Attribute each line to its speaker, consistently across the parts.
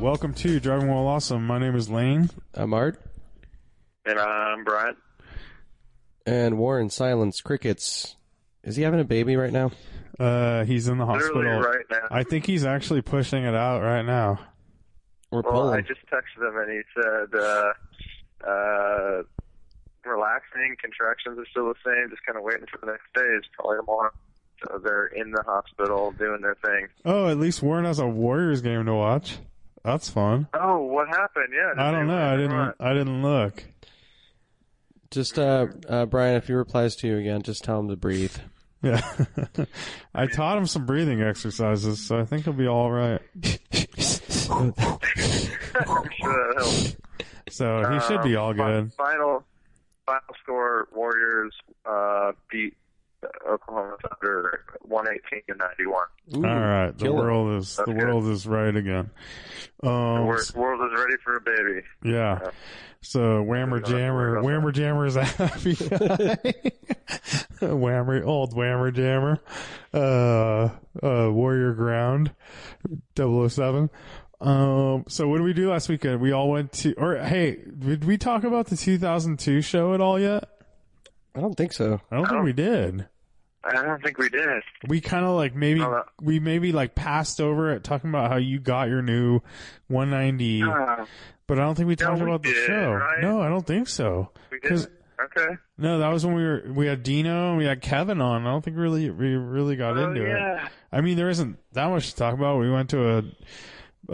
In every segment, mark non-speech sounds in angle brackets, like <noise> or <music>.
Speaker 1: welcome to Driving While Awesome. My name is Lane.
Speaker 2: I'm Art.
Speaker 3: And I'm Brian.
Speaker 2: And Warren Silence Crickets. Is he having a baby right now?
Speaker 1: Uh, he's in the hospital.
Speaker 3: Literally right now.
Speaker 1: I think he's actually pushing it out right now.
Speaker 2: Or
Speaker 3: well, I
Speaker 2: Poland?
Speaker 3: just texted him and he said, uh, uh, relaxing, contractions are still the same, just kind of waiting for the next day. It's probably tomorrow. So they're in the hospital doing their thing.
Speaker 1: Oh, at least Warren has a Warriors game to watch. That's fun.
Speaker 3: Oh, what happened? Yeah. did
Speaker 1: I don't
Speaker 3: they
Speaker 1: know.
Speaker 3: win
Speaker 1: I
Speaker 3: or
Speaker 1: didn't. <laughs>
Speaker 3: what?
Speaker 1: I didn't look.
Speaker 2: Just, uh, uh, Brian, if he replies to you again, just tell him
Speaker 1: <laughs>
Speaker 2: to breathe.
Speaker 1: Yeah. <laughs> I taught him some breathing exercises, so I think he'll be all right.
Speaker 3: <laughs> I'm sure that helped.
Speaker 1: So he should be
Speaker 3: Um,
Speaker 1: all
Speaker 3: fi-
Speaker 1: good.
Speaker 3: Final, final score: Warriors uh, beat Oklahoma Thunder 118 to 91.
Speaker 2: Ooh,
Speaker 1: all right. The
Speaker 2: kill it.
Speaker 1: world is the
Speaker 3: Okay.
Speaker 1: world is right again.
Speaker 3: The
Speaker 1: Um.
Speaker 3: wor- world is ready for a baby.
Speaker 1: Yeah. So Whammer
Speaker 3: Don't have to worry
Speaker 1: Jammer,
Speaker 3: about
Speaker 1: Whammer Jammer is <laughs> happy. Whammer, old Whammer Jammer, uh, uh, Warrior Ground, 007. Um, so what did we do last weekend? We all went to, or hey, did we talk about the 2002 show at all yet?
Speaker 2: I don't think so.
Speaker 1: I don't think we did.
Speaker 3: I don't think we did.
Speaker 1: We kind of like maybe,
Speaker 3: No, no.
Speaker 1: we maybe like passed over it talking about how you got your new 190,
Speaker 3: Uh,
Speaker 1: but I don't think we talked
Speaker 3: we
Speaker 1: about the
Speaker 3: did,
Speaker 1: show.
Speaker 3: right?
Speaker 1: No, I don't think so.
Speaker 3: we
Speaker 1: 'Cause-
Speaker 3: did. Okay.
Speaker 1: No, that was when we were we had Dino and we had Kevin on. I don't think really we really got
Speaker 3: Oh
Speaker 1: into it.
Speaker 3: yeah.
Speaker 1: I mean, there isn't that much to talk about. We went to a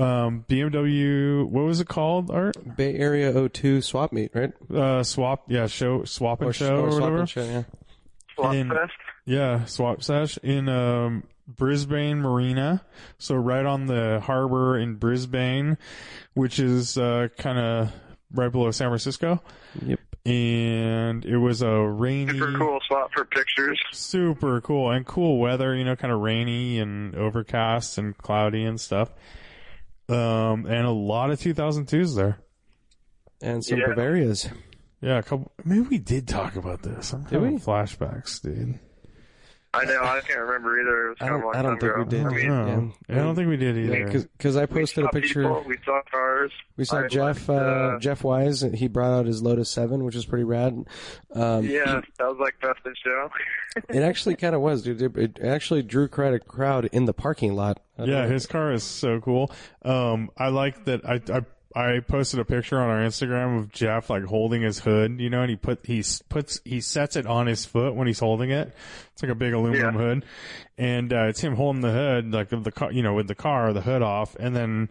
Speaker 1: um, BMW. What was it called? Art
Speaker 2: Bay Area 02 swap meet, right?
Speaker 1: uh, swap? Yeah, show swap and show or,
Speaker 2: swap
Speaker 1: whatever.
Speaker 2: and show, yeah.
Speaker 3: Flop
Speaker 1: In-
Speaker 3: fest.
Speaker 1: Yeah, swap sesh in um, Brisbane Marina. So right on the harbor in Brisbane, which is uh, kind of right below San Francisco.
Speaker 2: Yep.
Speaker 1: And it was a rainy.
Speaker 3: Super cool spot for pictures.
Speaker 1: super cool and cool weather you know kind of rainy and overcast and cloudy and stuff um and a lot of 2002s there
Speaker 2: And some
Speaker 3: Yeah.
Speaker 2: Bavarias.
Speaker 1: yeah a couple maybe we did talk about this i'm having
Speaker 2: we?
Speaker 1: flashbacks dude
Speaker 3: I know. I can't remember either. It was
Speaker 2: I
Speaker 3: kind of a
Speaker 2: don't,
Speaker 3: long
Speaker 2: I don't
Speaker 3: time
Speaker 2: think we
Speaker 3: ago.
Speaker 2: did.
Speaker 1: i don't know
Speaker 2: Yeah.
Speaker 1: i don't think we did either
Speaker 2: Because I
Speaker 3: We
Speaker 2: posted a
Speaker 3: saw
Speaker 2: picture.
Speaker 3: People, we saw cars.
Speaker 2: We saw
Speaker 3: I
Speaker 2: Jeff uh,
Speaker 3: liked, uh,
Speaker 2: Jeff Wise. and He brought out his Lotus Seven, which is pretty rad. Um,
Speaker 3: Yeah, that was like best in show. <laughs>
Speaker 2: It actually kind of was, dude. It, it actually drew quite a crowd in the parking lot. I don't
Speaker 1: yeah
Speaker 2: know.
Speaker 1: his car is so cool um i like that i i I posted a picture on our Instagram of Jeff like holding his hood, you know, and he put he s- puts he sets it on his foot when he's holding it. It's like a big aluminum
Speaker 3: Yeah.
Speaker 1: hood, and uh, it's him holding the hood like of the car, you know, with the car the hood off, and then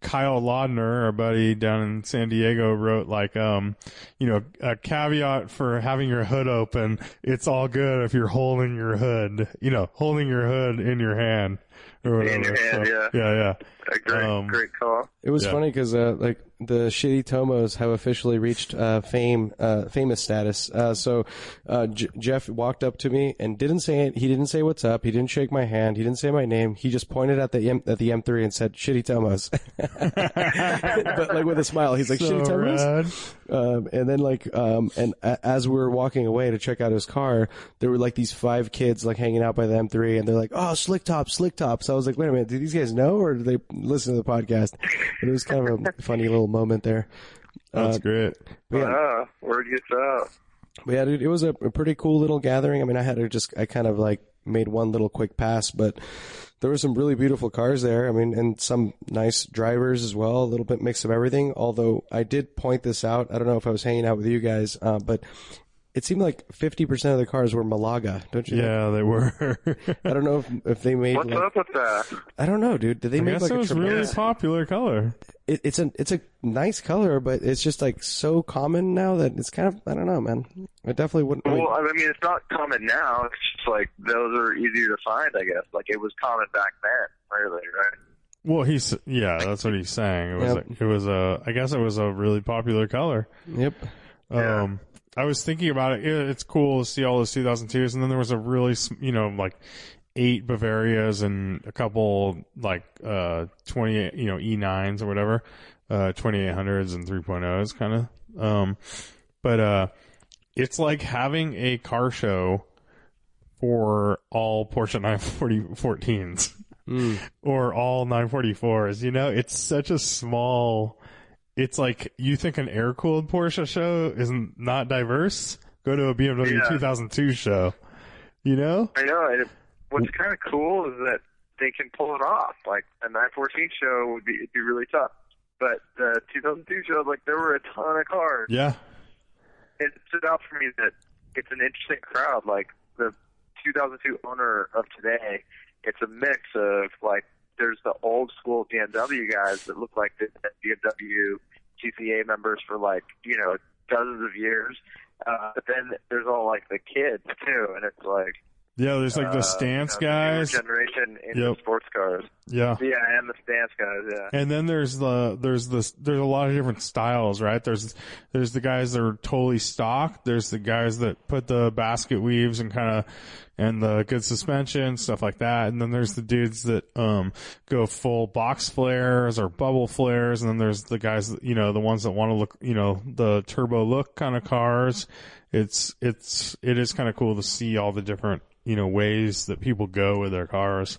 Speaker 1: Kyle Laudner, our buddy down in San Diego, wrote like, um, you know, a caveat for having your hood open. It's all good if you're holding your hood, you know, holding your hood in your hand or whatever.
Speaker 3: In your hand,
Speaker 1: So, yeah, yeah.
Speaker 3: A great,
Speaker 1: Um,
Speaker 3: great call.
Speaker 2: It was
Speaker 1: Yeah.
Speaker 2: funny 'cause funny because uh, like the shitty Tomos have officially reached uh, fame, uh, famous status. Uh, so uh, J- Jeff walked up to me and didn't say it. He didn't say what's up. He didn't shake my hand. He didn't say my name. He just pointed at the M- at the M3 and said shitty Tomos, <laughs> but like with a smile. He's like
Speaker 1: So
Speaker 2: shitty Tomos.
Speaker 1: rad.
Speaker 2: Um, and then like, um, and a- as we were walking away to check out his car, there were like these five kids like hanging out by the M3 and they're like, Oh, slick top, slick top. So I was like, wait a minute, do these guys know or do they listen to the podcast? But it was kind of a funny little moment there. Uh,
Speaker 1: That's great.
Speaker 2: But yeah,
Speaker 3: Ah, word gets out.
Speaker 2: but yeah dude, it was a, a pretty cool little gathering. I mean, I had to just, I kind of like made one little quick pass, but there were some really beautiful cars there. I mean, and some nice drivers as well, a little bit mix of everything. Although I did point this out. I don't know if I was hanging out with you guys, uh, but it seemed like 50% of the cars were Malaga, don't you? think?
Speaker 1: Yeah, they were. <laughs>
Speaker 2: I don't know if, if they made
Speaker 3: What's
Speaker 2: like,
Speaker 3: up with that?
Speaker 2: I don't know, dude. Did they
Speaker 1: I
Speaker 2: make
Speaker 1: guess
Speaker 2: like
Speaker 1: it
Speaker 2: a
Speaker 1: was really
Speaker 2: tremendous-
Speaker 1: popular color.
Speaker 2: it, it's a it's a nice color, but it's just like so common now that it's kind of I don't know, man. I definitely wouldn't. I mean,
Speaker 3: Well, I mean, it's not common now. It's just like those are easier to find, I guess. Like it was common back then, really, right?
Speaker 1: Well, he's yeah, that's what he's saying. It was
Speaker 2: Yep.
Speaker 1: a, it was a I guess it was a really popular color.
Speaker 2: yep.
Speaker 3: Yeah.
Speaker 1: Um, I was thinking about it. It- It's cool to see all those 2002s, and then there was a really s- you know like eight Bavarias and a couple like uh 28 you know E9s or whatever, uh 2800s and 3.0s kind of. Um, but uh, it's like having a car show for all Porsche 940 14s.
Speaker 2: Mm.
Speaker 1: or all 944s. You know, it's such a small. It's like you think an air cooled Porsche show is n- not diverse. Go to a BMW
Speaker 3: Yeah.
Speaker 1: 2002 show. You know,
Speaker 3: I know. And it, what's kind of cool is that they can pull it off. Like a 914 show would be it'd be really tough, but the 2002 show, like there were a ton of cars.
Speaker 1: yeah,
Speaker 3: It stood out for me that it's an interesting crowd. Like the 2002 owner of today, it's a mix of like there's the old school BMW guys that look like the BMW TCA members for like you know dozens of years. Uh, but then there's all like the kids too, and it's like
Speaker 1: yeah. There's like the
Speaker 3: uh,
Speaker 1: stance
Speaker 3: you know, the newer
Speaker 1: guys.
Speaker 3: generation in
Speaker 1: Yep.
Speaker 3: sports cars.
Speaker 1: Yeah.
Speaker 3: Yeah, and the stance guys. Yeah.
Speaker 1: And then there's the there's this there's a lot of different styles, right? There's there's the guys that are totally stock. There's the guys that put the basket weaves and kind of and the good suspension stuff like that. And then there's the dudes that um go full box flares or bubble flares. And then there's the guys that, you know the ones that want to look you know the turbo look kind of cars. It's it's it is kind of cool to see all the different you know ways that people go with their cars.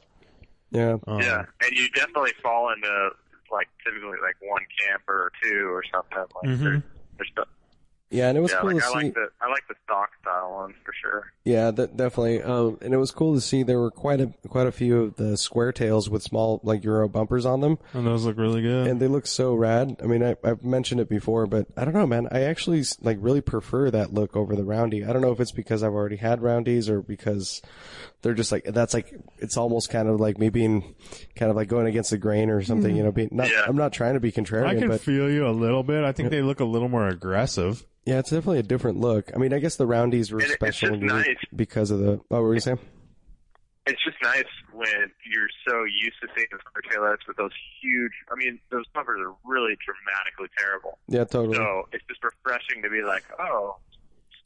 Speaker 2: Yeah.
Speaker 1: Um,
Speaker 3: yeah, and you definitely fall into like typically like one camper or two or something. Like
Speaker 1: Mhm.
Speaker 3: there's, there's stuff.
Speaker 2: Yeah. And it was
Speaker 3: Yeah,
Speaker 2: cool
Speaker 3: like
Speaker 2: to
Speaker 3: I
Speaker 2: see.
Speaker 3: like the I like the stock style ones for sure.
Speaker 2: Yeah, that, definitely. Um, and it was cool to see there were quite a quite a few of the square tails with small like Euro bumpers on them,
Speaker 1: and those look really good.
Speaker 2: and they look so rad. I mean, I, I've mentioned it before, but I don't know, man. I actually like really prefer that look over the roundy. I don't know if it's because I've already had roundies or because they're just like that's like it's almost kind of like me being kind of like going against the grain or something. You know, being not.
Speaker 3: Yeah.
Speaker 2: I'm not trying to be
Speaker 1: Mm-hmm. I
Speaker 2: contrarian,
Speaker 1: can
Speaker 2: but
Speaker 1: feel you a little bit. I think they look a little more aggressive.
Speaker 2: yeah, it's definitely a different look. I mean, I guess the roundies were
Speaker 3: And it- it's
Speaker 2: special
Speaker 3: just
Speaker 2: and unique
Speaker 3: nice.
Speaker 2: because of the. Oh, what were you saying?
Speaker 3: It's just nice when you're so used to seeing the square taillights with those huge. I mean, those bumpers are really dramatically terrible.
Speaker 2: Yeah, totally.
Speaker 3: So it's just refreshing to be like, oh,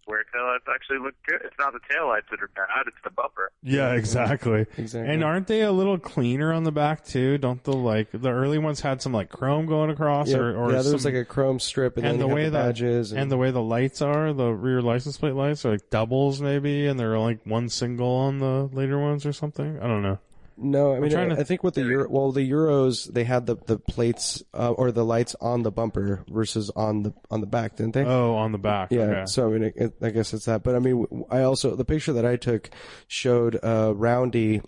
Speaker 3: square taillights actually look good. It's not the taillights that are bad; it's the bumper.
Speaker 1: Yeah, exactly.
Speaker 2: Exactly.
Speaker 1: And aren't they a little cleaner on the back too? Don't the like the early ones had some like chrome going across
Speaker 2: Yeah,
Speaker 1: or, or
Speaker 2: yeah, there was
Speaker 1: some-
Speaker 2: like a chrome strip, and,
Speaker 1: and
Speaker 2: then
Speaker 1: the
Speaker 2: you
Speaker 1: way
Speaker 2: had the
Speaker 1: that-
Speaker 2: badges,
Speaker 1: and the way the lights are, the rear license plate lights are like doubles maybe, and they're like one single on the later ones or something. I don't know.
Speaker 2: no, I mean,
Speaker 1: trying
Speaker 2: I,
Speaker 1: to-
Speaker 2: I think with the Euro, well, the Euros they had the the plates uh, or the lights on the bumper versus on the on the back, didn't they?
Speaker 1: Oh, on the back.
Speaker 2: yeah,
Speaker 1: Okay.
Speaker 2: so I mean, it, it, I guess it's that. But I mean, w- I also the picture that I took showed uh, Roundy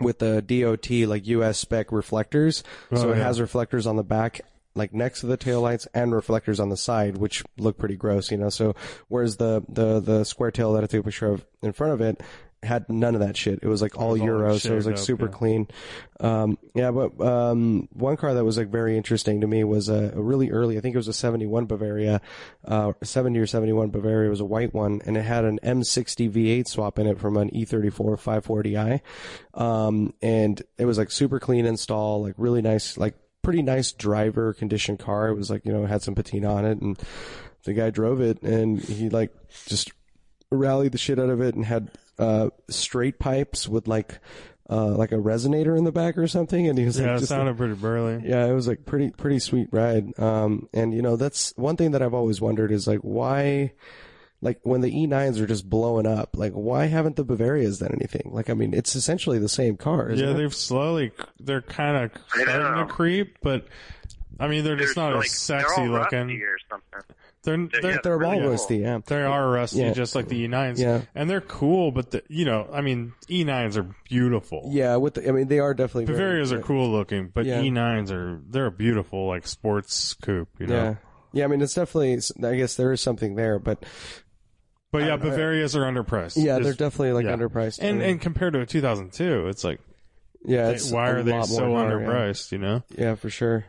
Speaker 2: with the DOT like US spec reflectors, so
Speaker 1: Oh,
Speaker 2: it
Speaker 1: yeah.
Speaker 2: has reflectors on the back, like next to the taillights, and reflectors on the side, which look pretty gross, you know. So whereas the the the square tail that I took a picture of in front of it had none of that shit. It was like all
Speaker 1: was all, like,
Speaker 2: Euro, so it was
Speaker 1: shaved
Speaker 2: like
Speaker 1: up,
Speaker 2: super
Speaker 1: yeah.
Speaker 2: clean. Um, yeah, but um, one car that was like very interesting to me was a, a really early. I think it was a '71 Bavaria, uh, '70 or '71 Bavaria was a white one, and it had an M60 V8 swap in it from an E E34 540i, um, and it was like super clean install, like really nice, like pretty nice driver condition car. It was like you know it had some patina on it, and the guy drove it, and he like just rallied the shit out of it and had uh, straight pipes with like uh, like a resonator in the back or something. And he was
Speaker 1: yeah,
Speaker 2: like,
Speaker 1: it
Speaker 2: just
Speaker 1: sounded pretty burly.
Speaker 2: yeah, it was like pretty pretty sweet ride. Um, and you know that's one thing that I've always wondered is like why. Like when the E9s are just blowing up, like why haven't the Bavarias done anything? Like I mean, it's essentially the same car. Isn't
Speaker 1: Yeah,
Speaker 2: it?
Speaker 1: they've slowly they're kind of
Speaker 3: I
Speaker 1: starting
Speaker 3: know.
Speaker 1: to creep, but I mean they're just
Speaker 3: They're,
Speaker 1: not
Speaker 3: like,
Speaker 1: as
Speaker 3: they're
Speaker 1: sexy
Speaker 3: all
Speaker 1: looking.
Speaker 3: rusty or something.
Speaker 1: They're
Speaker 3: They're-
Speaker 1: they're
Speaker 3: yeah,
Speaker 2: they're all
Speaker 3: really cool.
Speaker 2: rusty. Yeah,
Speaker 1: They are rusty,
Speaker 2: Yeah.
Speaker 1: just like the E9s.
Speaker 2: Yeah.
Speaker 1: And they're cool, but the, you know, I mean, E9s are beautiful.
Speaker 2: yeah. With the, I mean, they are definitely very-
Speaker 1: Bavarias are cool looking, but
Speaker 2: Yeah.
Speaker 1: E9s are, they're a beautiful, like, sports coupe, you know?
Speaker 2: Yeah, yeah. I mean, it's definitely. I guess there is something there, but
Speaker 1: But yeah, Bavarias are underpriced.
Speaker 2: yeah,
Speaker 1: It's-
Speaker 2: they're definitely like
Speaker 1: yeah.
Speaker 2: underpriced. I
Speaker 1: And,
Speaker 2: mean,
Speaker 1: and compared to a 2002, it's like,
Speaker 2: yeah,
Speaker 1: they-
Speaker 2: it's
Speaker 1: why
Speaker 2: a
Speaker 1: are they
Speaker 2: lot more
Speaker 1: so
Speaker 2: hard, yeah.
Speaker 1: underpriced, you know?
Speaker 2: Yeah, for sure.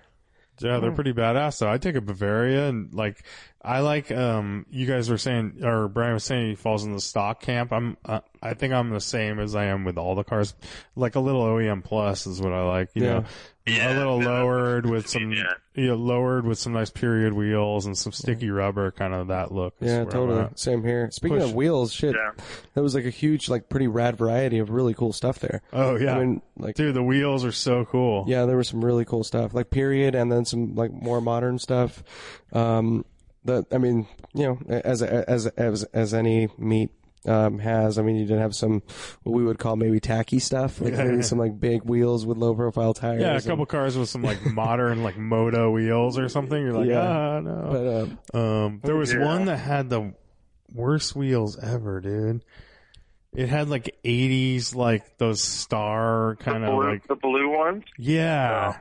Speaker 1: Yeah, they're pretty badass though. I take a Bavaria and like I like um you guys were saying or Brian was saying he falls in the stock camp. I'm uh, I think I'm the same as I am with all the cars. Like a little OEM plus is what I like, you
Speaker 2: Yeah.
Speaker 1: know. a
Speaker 3: Yeah,
Speaker 1: little
Speaker 3: yeah.
Speaker 1: lowered with some
Speaker 3: Yeah.
Speaker 1: yeah. lowered with some nice period wheels and some sticky rubber kind of that look. is
Speaker 2: Yeah,
Speaker 1: where I'm
Speaker 2: totally.
Speaker 1: at.
Speaker 2: Same here. Speaking
Speaker 1: Push.
Speaker 2: of wheels, shit,
Speaker 3: Yeah.
Speaker 2: that was like a huge, like pretty rad variety of really cool stuff there.
Speaker 1: Oh yeah.
Speaker 2: I mean, like,
Speaker 1: Dude, the wheels are so cool.
Speaker 2: yeah, there was some really cool stuff, like period, and then some like more modern stuff. Um, that I mean, you know, as as as as any meat um, has. I mean, you did have some what we would call maybe tacky stuff,
Speaker 1: <laughs>
Speaker 2: like maybe some like big wheels with low profile tires.
Speaker 1: Yeah, a
Speaker 2: and-
Speaker 1: couple cars with some like modern like moto wheels or something. You're like,
Speaker 2: Yeah.
Speaker 1: ah, no.
Speaker 2: But um,
Speaker 1: Um, there was
Speaker 3: Yeah.
Speaker 1: one that had the worst wheels ever, dude. It had like '80s, like those star kind
Speaker 3: the
Speaker 1: of
Speaker 3: blue,
Speaker 1: like,
Speaker 3: the blue ones.
Speaker 1: yeah.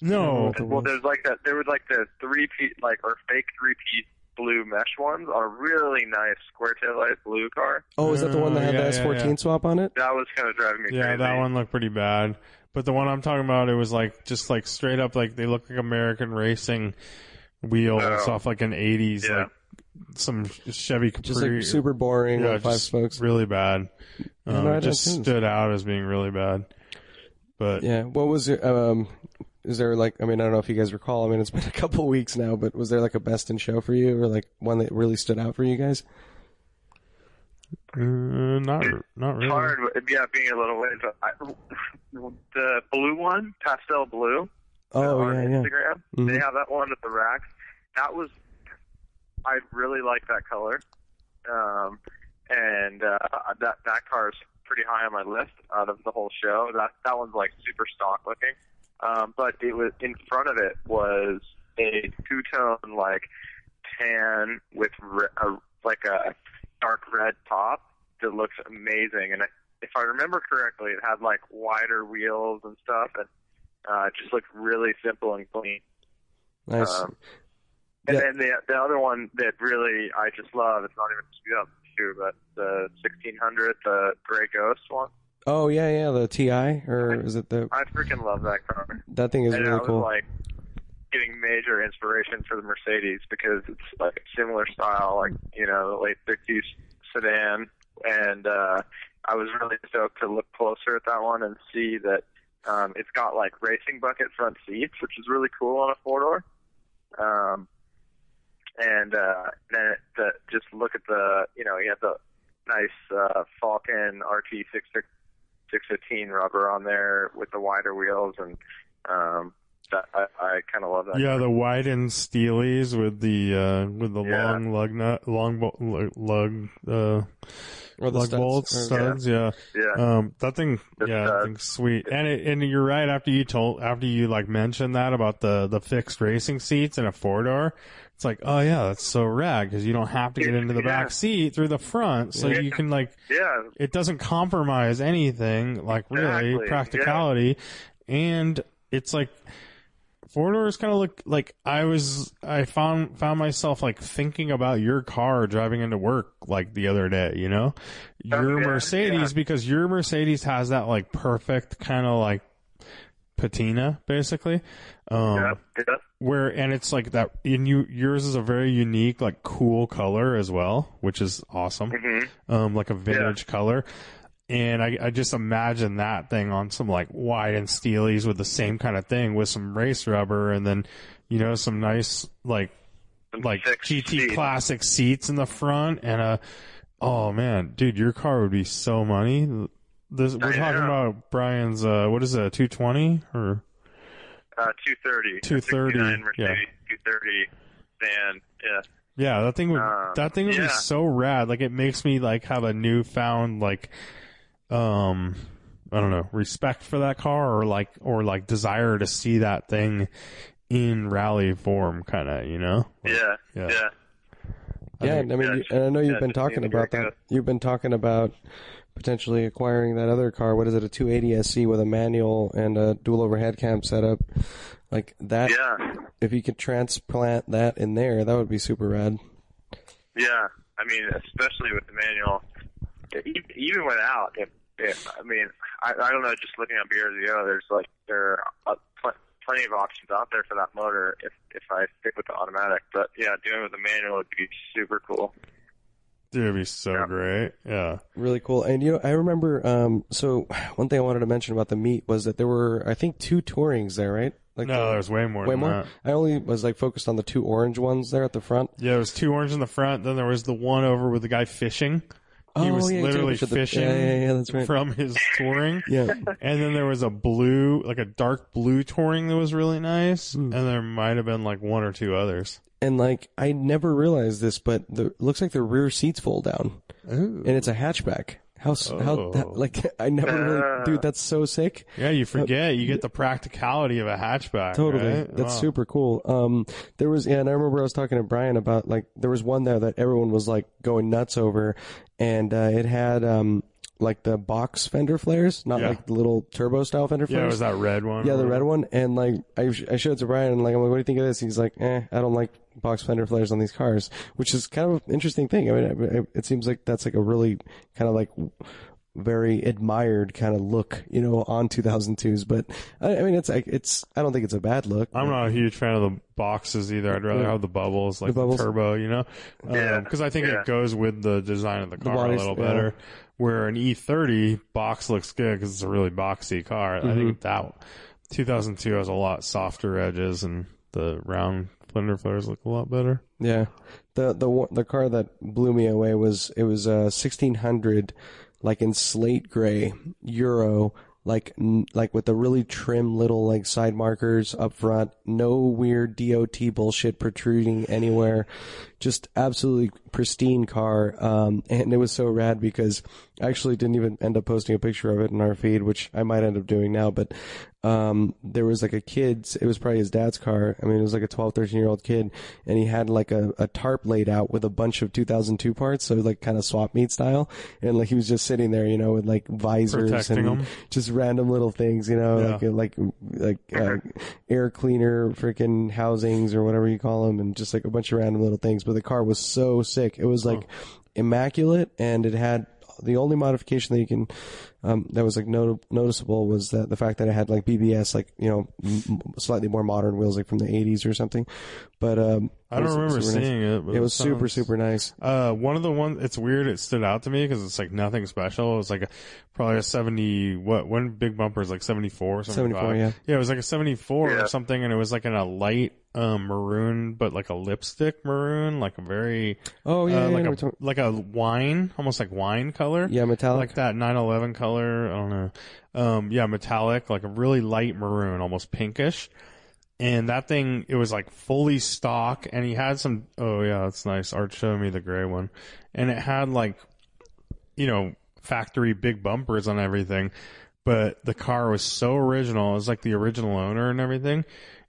Speaker 1: No,
Speaker 2: The
Speaker 3: Well,
Speaker 2: ones-
Speaker 3: there's like that. There was like the three piece, like or fake three piece blue mesh ones on a really nice square taillight blue car.
Speaker 2: oh, is that the one that had
Speaker 1: Yeah,
Speaker 2: the
Speaker 1: yeah,
Speaker 2: S14
Speaker 1: yeah.
Speaker 2: swap on it?
Speaker 3: That was kind of driving me
Speaker 1: yeah,
Speaker 3: crazy.
Speaker 1: that one looked pretty bad. But the one I'm talking about, it was like just like straight up, like they look like American racing wheels
Speaker 3: Oh.
Speaker 1: off like an '80s,
Speaker 3: Yeah.
Speaker 1: like some Chevy Capri,
Speaker 2: Just like super boring
Speaker 1: yeah,
Speaker 2: with five
Speaker 1: just
Speaker 2: spokes.
Speaker 1: really bad.
Speaker 2: Yeah,
Speaker 1: Um,
Speaker 2: no, I
Speaker 1: it
Speaker 2: don't
Speaker 1: just
Speaker 2: think so.
Speaker 1: stood out as being really bad. But
Speaker 2: <laughs> Yeah. What was your, um? Is there like I mean I don't know if you guys recall I mean it's been a <laughs> couple weeks now but was there like a best in show for you or like one that really stood out for you guys?
Speaker 1: uh, not not
Speaker 3: It's
Speaker 1: really.
Speaker 3: hard, but- yeah, being a little late. But I, <laughs> the blue one, pastel blue,
Speaker 2: Oh
Speaker 3: on
Speaker 2: yeah yeah.
Speaker 3: Instagram.
Speaker 2: Mhm.
Speaker 3: They have that one at the rack. That was, I really like that color, um, and uh, that that car is pretty high on my list out of the whole show. That that one's like super stock looking, um, but it was in front of it was a two tone like tan with re- a, like a dark red top that looks amazing. And I, if I remember correctly, it had like wider wheels and stuff, and uh, it just looked really simple and clean.
Speaker 2: Nice.
Speaker 3: Um, and
Speaker 2: Yeah.
Speaker 3: then the the other one that really I just love, it's not even screwed up too, but the 1600, the Grey Ghost one.
Speaker 2: oh yeah yeah the TI or is it the
Speaker 3: I freaking love that car.
Speaker 2: that thing is
Speaker 3: and I
Speaker 2: really
Speaker 3: was
Speaker 2: cool.
Speaker 3: like getting major inspiration for the Mercedes because it's like a similar style, like, you know, the late 50s sedan. And uh, I was really stoked to look closer at that one and see that um, it's got like racing bucket front seats, which is really cool on a four door. Um, and uh, then it, the, just look at the, you know, you have the nice uh, Falcon RT 615 rubber on there with the wider wheels, and um, that, I, I kind of love that.
Speaker 1: Yeah, the widened steelies with the uh, with the
Speaker 3: Yeah.
Speaker 1: long lug nut, long bo- lu- lug uh,
Speaker 2: Or the
Speaker 1: lug
Speaker 2: studs,
Speaker 1: bolts
Speaker 2: or-
Speaker 1: studs. Yeah.
Speaker 3: Yeah.
Speaker 1: um, that thing.
Speaker 3: The
Speaker 1: yeah, that
Speaker 3: studs.
Speaker 1: thing's sweet. And it, and you're right. After you told after you like mentioned that about the the fixed racing seats in a four door, it's like oh yeah, that's so rad because you don't have to get into the
Speaker 3: Yeah.
Speaker 1: back seat through the front, so
Speaker 3: Yeah.
Speaker 1: you can like
Speaker 3: yeah,
Speaker 1: it doesn't compromise anything like really
Speaker 3: Exactly,
Speaker 1: practicality and it's like four doors kind of look like i was i found found myself like thinking about your car driving into work like the other day you know your
Speaker 3: Oh, yeah,
Speaker 1: mercedes because your mercedes has that like perfect kind of like patina basically um
Speaker 3: yeah, yeah.
Speaker 1: where and it's like that and you yours is a very unique like cool color as well which is awesome
Speaker 3: Mhm.
Speaker 1: um, like a vintage color. And I, I just imagine that thing on some like wide and steelies with the same kind of thing with some race rubber and then, you know, some nice like, like
Speaker 3: Fixed
Speaker 1: GT
Speaker 3: seat.
Speaker 1: classic seats in the front and a, oh man, dude, your car would be so money. This, we're
Speaker 3: I
Speaker 1: talking
Speaker 3: know.
Speaker 1: about Brian's, uh, what is it, 220 or?
Speaker 3: Uh, 230.
Speaker 1: 230, yeah.
Speaker 3: 69 Mercedes 230 van. Yeah.
Speaker 1: Yeah, that thing would
Speaker 3: Um,
Speaker 1: that thing would
Speaker 3: yeah.
Speaker 1: be so rad. Like it makes me like have a newfound like um I don't know, respect for that car or like or like desire to see that thing in rally form kind of, you know? Like,
Speaker 3: Yeah.
Speaker 1: Yeah.
Speaker 3: Yeah.
Speaker 1: I
Speaker 2: yeah,
Speaker 1: think-
Speaker 2: and I mean,
Speaker 3: yeah,
Speaker 2: you- and I know you've
Speaker 3: yeah,
Speaker 2: been
Speaker 3: just need
Speaker 2: talking
Speaker 3: to
Speaker 2: about
Speaker 3: get
Speaker 2: that. You've been talking about potentially acquiring that other car. What is it? A 280 SC with a manual and a dual overhead cam setup, like that.
Speaker 3: Yeah.
Speaker 2: If you could transplant that in there, that would be super rad.
Speaker 3: Yeah, I mean, especially with the manual, E- even without. If, if I mean, I, I don't know. Just looking up years ago, there's like there are uh, pl- plenty of options out there for that motor. If if I stick with the automatic, but yeah, doing it with the manual would be super cool.
Speaker 1: Dude, it'd be so
Speaker 3: Yeah.
Speaker 1: great. Yeah.
Speaker 2: Really cool. And you know, I remember. Um, so <sighs> one thing I wanted to mention about the meet was that there were, I think, two tourings there, right? Like
Speaker 1: No,
Speaker 2: the-
Speaker 1: there's way more
Speaker 2: way
Speaker 1: than
Speaker 2: more.
Speaker 1: that.
Speaker 2: I only was like focused on the two orange ones there at the front.
Speaker 1: Yeah, there was two orange in the front, then there was the one over with the guy fishing. He
Speaker 2: Oh,
Speaker 1: was
Speaker 2: yeah, you took a
Speaker 1: literally
Speaker 2: picture of the-
Speaker 1: fishing
Speaker 2: Yeah, yeah, yeah, that's right.
Speaker 1: from his touring.
Speaker 2: <laughs> Yeah.
Speaker 1: And then there was a
Speaker 2: Hmm.
Speaker 1: blue, like a dark blue touring that was really nice. And there might have been like one or two others.
Speaker 2: and like I never realized this, but the it looks like the rear seats fold down,
Speaker 1: Ooh.
Speaker 2: and it's a hatchback. How s how
Speaker 1: Oh.
Speaker 2: that, like <laughs> I never really,
Speaker 3: Ah.
Speaker 2: dude, that's so sick.
Speaker 1: Yeah, you forget. You get the practicality of a hatchback.
Speaker 2: Uh, Totally,
Speaker 1: right?
Speaker 2: that's
Speaker 1: Wow.
Speaker 2: super cool. Um, there was yeah, and I remember I was talking to Brian about like there was one there that everyone was like going nuts over, and uh, it had um like the box fender flares, not
Speaker 1: Yeah.
Speaker 2: like the little turbo style fender
Speaker 1: Yeah, it
Speaker 2: flares.
Speaker 1: was that red one.
Speaker 2: Yeah, the red one. And like, I, sh- I showed it to Brian and like, I'm like, what do you think of this? He's like, eh, I don't like box fender flares on these cars, which is kind of an interesting thing. I mean, it, it seems like that's like a really kind of like very admired kind of look, you know, on 2002s. But I, I mean, it's like, it's, I don't think it's a bad look.
Speaker 1: I'm not a huge fan of the boxes either. I'd rather
Speaker 2: Yeah.
Speaker 1: have the bubbles, like the,
Speaker 2: bubbles.
Speaker 1: turbo, you know,
Speaker 3: Yeah.
Speaker 1: because I think
Speaker 3: Yeah.
Speaker 1: it goes with the design of the car
Speaker 2: bodies,
Speaker 1: a little
Speaker 2: yeah.
Speaker 1: better. Where an E30 box looks good because it's a really boxy car. I
Speaker 2: Mm-hmm.
Speaker 1: think that 2002 has a lot softer edges and the round fender flares look a lot better.
Speaker 2: Yeah. The, the, one- the car that blew me away was, it was a 1600, like in slate gray Euro, like, n- like with the really trim little like side markers up front, no weird DOT bullshit protruding anywhere. Just absolutely pristine car. Um, and it was so rad because I actually didn't even end up posting a picture of it in our feed, which I might end up doing now, but, um, there was like a kid's, it was probably his dad's car. I mean, it was like a 12, 13 year old kid and he had like a, a tarp laid out with a bunch of 2002 parts. So like kind of swap meet style. And like he was just sitting there, you know, with like visors
Speaker 1: Protecting
Speaker 2: and
Speaker 1: 'em.
Speaker 2: just random little things, you know, like, like, like,
Speaker 1: <laughs>
Speaker 2: uh, air cleaner, freaking housings or whatever you call them. And just like a bunch of random little things. But the car was so sick. It was like immaculate and it had the only modification that you can um, that was like noti- noticeable was that the fact that it had like BBS, like you know, m- slightly more modern wheels, like from the '80s or something. But um,
Speaker 1: I
Speaker 2: it
Speaker 1: don't
Speaker 2: was
Speaker 1: remember
Speaker 2: super nice.
Speaker 1: seeing it. But
Speaker 2: It was super
Speaker 1: sounds-
Speaker 2: super nice.
Speaker 1: Uh, one of the ones, it's weird, it stood out to me because it's like nothing special. It was like a, probably a 70, what, when big bumper is like 74, 75.
Speaker 2: 74, yeah.
Speaker 1: Yeah, it was like a 74
Speaker 3: Yeah.
Speaker 1: or something and it was like in a light, um, maroon, but like a lipstick maroon, like a very,
Speaker 2: Oh yeah,
Speaker 1: uh,
Speaker 2: yeah,
Speaker 1: like
Speaker 2: we're
Speaker 1: a,
Speaker 2: talking-
Speaker 1: like a wine, almost like wine color.
Speaker 2: yeah, metallic.
Speaker 1: Like that 911 color, I don't know. Um, yeah, metallic, like a really light maroon, almost pinkish. And that thing, it was like fully stock, and he had some. Oh yeah, that's nice. Art showed me the gray one, and it had like, you know, factory big bumpers on everything. But the car was so original. It was like the original owner and everything.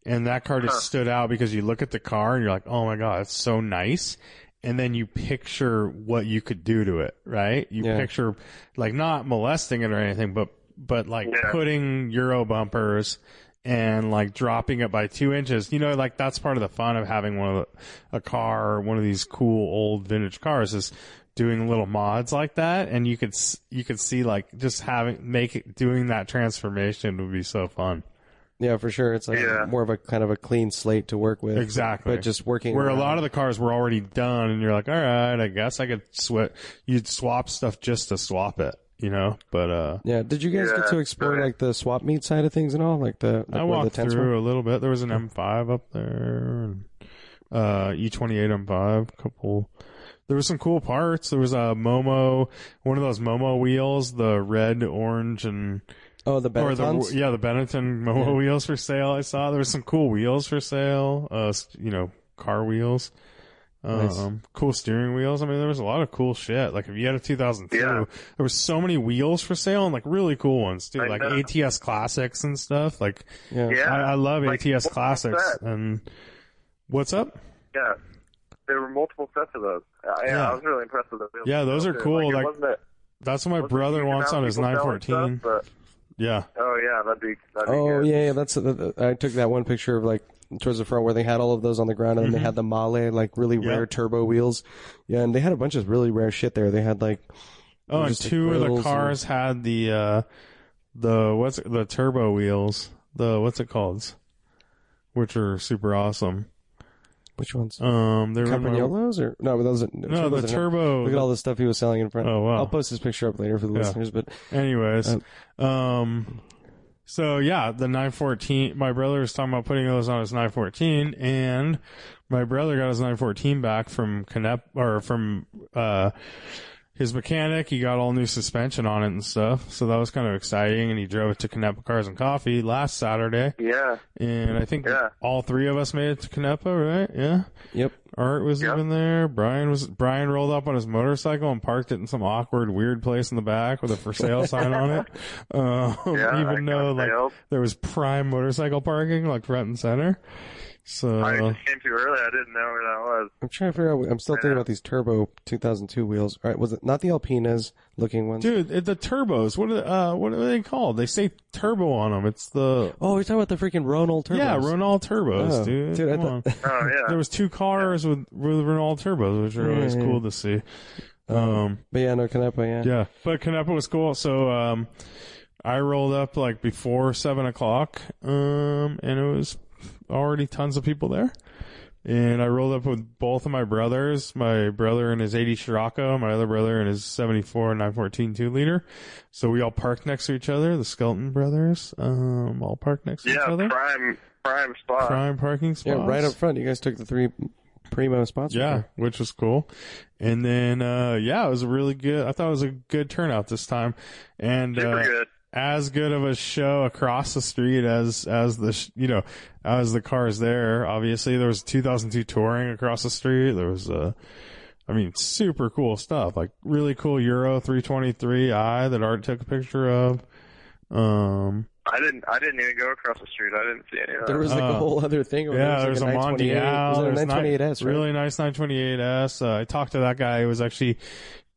Speaker 1: And that car just
Speaker 3: Huh.
Speaker 1: stood out because you look at the car and you're like, oh my god, it's so nice. And then you picture what you could do to it, right? You
Speaker 2: Yeah.
Speaker 1: picture like not molesting it or anything, but but like
Speaker 3: Yeah.
Speaker 1: putting euro bumpers and like dropping it by two inches. You know, like that's part of the fun of having one of the, a car, or one of these cool old vintage cars is doing little mods like that. And you could, s- you could see like just having, make it, doing that transformation would be so fun.
Speaker 2: yeah, for sure. It's like
Speaker 3: Yeah.
Speaker 2: more of a kind of a clean slate to work with.
Speaker 1: Exactly.
Speaker 2: But just working
Speaker 1: Where a
Speaker 2: around-
Speaker 1: lot of the cars were already done and you're like, all right, I guess I could sweat. You'd swap stuff just to swap it, you know, but, uh,
Speaker 2: Yeah. Did you guys get
Speaker 3: Yeah,
Speaker 2: to explore
Speaker 3: yeah.
Speaker 2: like the swap meet side of things and all? Like the like
Speaker 1: I
Speaker 2: where
Speaker 1: walked
Speaker 2: the tents
Speaker 1: through
Speaker 2: were?
Speaker 1: a little bit. There was an M5 up there, and uh, E28 M5. a Couple. There were some cool parts. There was a Momo, one of those Momo wheels, the red, orange, and
Speaker 2: Oh, the
Speaker 1: or the
Speaker 2: Benetons.
Speaker 1: yeah, the Benetton Momo
Speaker 2: Yeah.
Speaker 1: wheels for sale. I saw there was some cool wheels for sale. Uh, s- you know, car wheels. Um,
Speaker 2: Nice.
Speaker 1: cool steering wheels. I mean, there was a lot of cool shit. Like if you had a 2002,
Speaker 3: Yeah.
Speaker 1: there was so many wheels for sale and like really cool ones too,
Speaker 3: I
Speaker 1: like
Speaker 3: know.
Speaker 1: ATS classics and stuff. Like
Speaker 2: yeah.
Speaker 3: Yeah.
Speaker 1: I, I love
Speaker 3: Like,
Speaker 1: ATS
Speaker 3: what's
Speaker 1: classics.
Speaker 3: that?
Speaker 1: And what's up?
Speaker 3: Yeah, there were multiple sets of those. Uh, yeah,
Speaker 1: Yeah.
Speaker 3: I was really impressed with those.
Speaker 1: Yeah, those are cool,
Speaker 3: Like,
Speaker 1: like,
Speaker 3: it wasn't a-
Speaker 1: That's what my
Speaker 3: wasn't a
Speaker 1: brother
Speaker 3: huge
Speaker 1: wants
Speaker 3: amount
Speaker 1: on
Speaker 3: of
Speaker 1: his
Speaker 3: people selling
Speaker 1: 914.
Speaker 3: stuff,
Speaker 1: Yeah.
Speaker 3: but, oh yeah, that'd be. That'd be
Speaker 2: Oh
Speaker 3: good.
Speaker 2: yeah, yeah. That's uh, I took that one picture of like towards the front where they had all of those on the ground, and then they had the Male like really
Speaker 1: Mm-hmm. Yeah.
Speaker 2: rare turbo wheels. Yeah, and they had a bunch of really rare shit there. They had like
Speaker 1: Oh, and
Speaker 2: Just the
Speaker 1: two of the
Speaker 2: grills
Speaker 1: cars had the uh the what's it- the turbo wheels. The what's it called? Which are super awesome.
Speaker 2: which ones?
Speaker 1: Um, they were my,
Speaker 2: Campagnolos or no? But those
Speaker 1: no the
Speaker 2: those-
Speaker 1: turbo.
Speaker 2: Look at all the stuff he was selling in front.
Speaker 1: Oh, wow.
Speaker 2: I'll post this picture up later for the
Speaker 1: Yeah.
Speaker 2: listeners. But
Speaker 1: Anyways, um, so yeah, the 914. My brother was talking about putting those on his 914, and my brother got his 914 back from Canep or from uh, his mechanic. He got all new suspension on it and stuff. So that was kind of exciting. And he drove it to Canepa Cars and Coffee last Saturday.
Speaker 3: Yeah.
Speaker 1: And I think
Speaker 3: Yeah.
Speaker 1: all three of us made it to Canepa, right? Yeah.
Speaker 2: Yep.
Speaker 1: Art was
Speaker 3: Yeah.
Speaker 1: even there. Brian was Brian rolled up on his motorcycle and parked it in some awkward, weird place in the back with a for
Speaker 3: <laughs>
Speaker 1: sale sign on it. Um,
Speaker 3: Yeah. I
Speaker 1: even though
Speaker 3: kinda
Speaker 1: like
Speaker 3: failed.
Speaker 1: there was prime motorcycle parking like front and center. So
Speaker 3: I just came too early. I didn't know where that was.
Speaker 2: I'm trying to figure out. I'm still thinking about these turbo 2002 wheels. All right, was it not the Alpinas looking ones?
Speaker 1: Dude, it- the turbos. What are the- uh, what are they called? They say turbo on them. It's the
Speaker 2: Oh, you're talking about the freaking Ronal turbos.
Speaker 1: yeah Renault turbos,
Speaker 2: Oh,
Speaker 1: dude.
Speaker 2: dude, I
Speaker 1: Come on.
Speaker 2: thought- <laughs>
Speaker 1: <laughs>
Speaker 3: Oh
Speaker 1: There
Speaker 3: yeah.
Speaker 1: was two cars with with Renault turbos, which are always
Speaker 2: Yeah, yeah.
Speaker 1: cool to see. Um,
Speaker 2: But yeah, no Canepa. Yeah.
Speaker 1: yeah, but Canepa was cool. So um, I rolled up like before seven o'clock, um, and it was already tons of people there. And I rolled up with both of my brothers, my brother in his 80 Scirocco, my other brother in his 74 914 2 liter. So we all parked next to each other, the Skelton brothers, um, all parked next to each
Speaker 3: Yeah.
Speaker 1: other.
Speaker 3: Prime. Prime spot.
Speaker 1: Prime parking
Speaker 2: Yeah,
Speaker 1: spots.
Speaker 2: right up front. You guys took the three primo spots.
Speaker 1: Yeah, which was cool. And then, uh, yeah, it was a really good, I thought it was a good turnout this time. And,
Speaker 3: Super
Speaker 1: uh,
Speaker 3: good.
Speaker 1: as good of a show across the street as, as the, sh- you know, as the cars there. Obviously, there was 2002 touring across the street. There was, uh, I mean, super cool stuff, like really cool Euro 323i that Art took a picture of. Um,
Speaker 3: I didn't. I didn't even go across the street. I didn't see any of that.
Speaker 2: There was like a
Speaker 1: Oh.
Speaker 2: whole other thing. Over
Speaker 1: Yeah,
Speaker 2: there. It was
Speaker 1: there's a
Speaker 2: like a 928.
Speaker 1: Mondial.
Speaker 2: Was
Speaker 1: There's
Speaker 2: it a 928S? Right?
Speaker 1: Really nice 928S. Uh, I talked to that guy. It was actually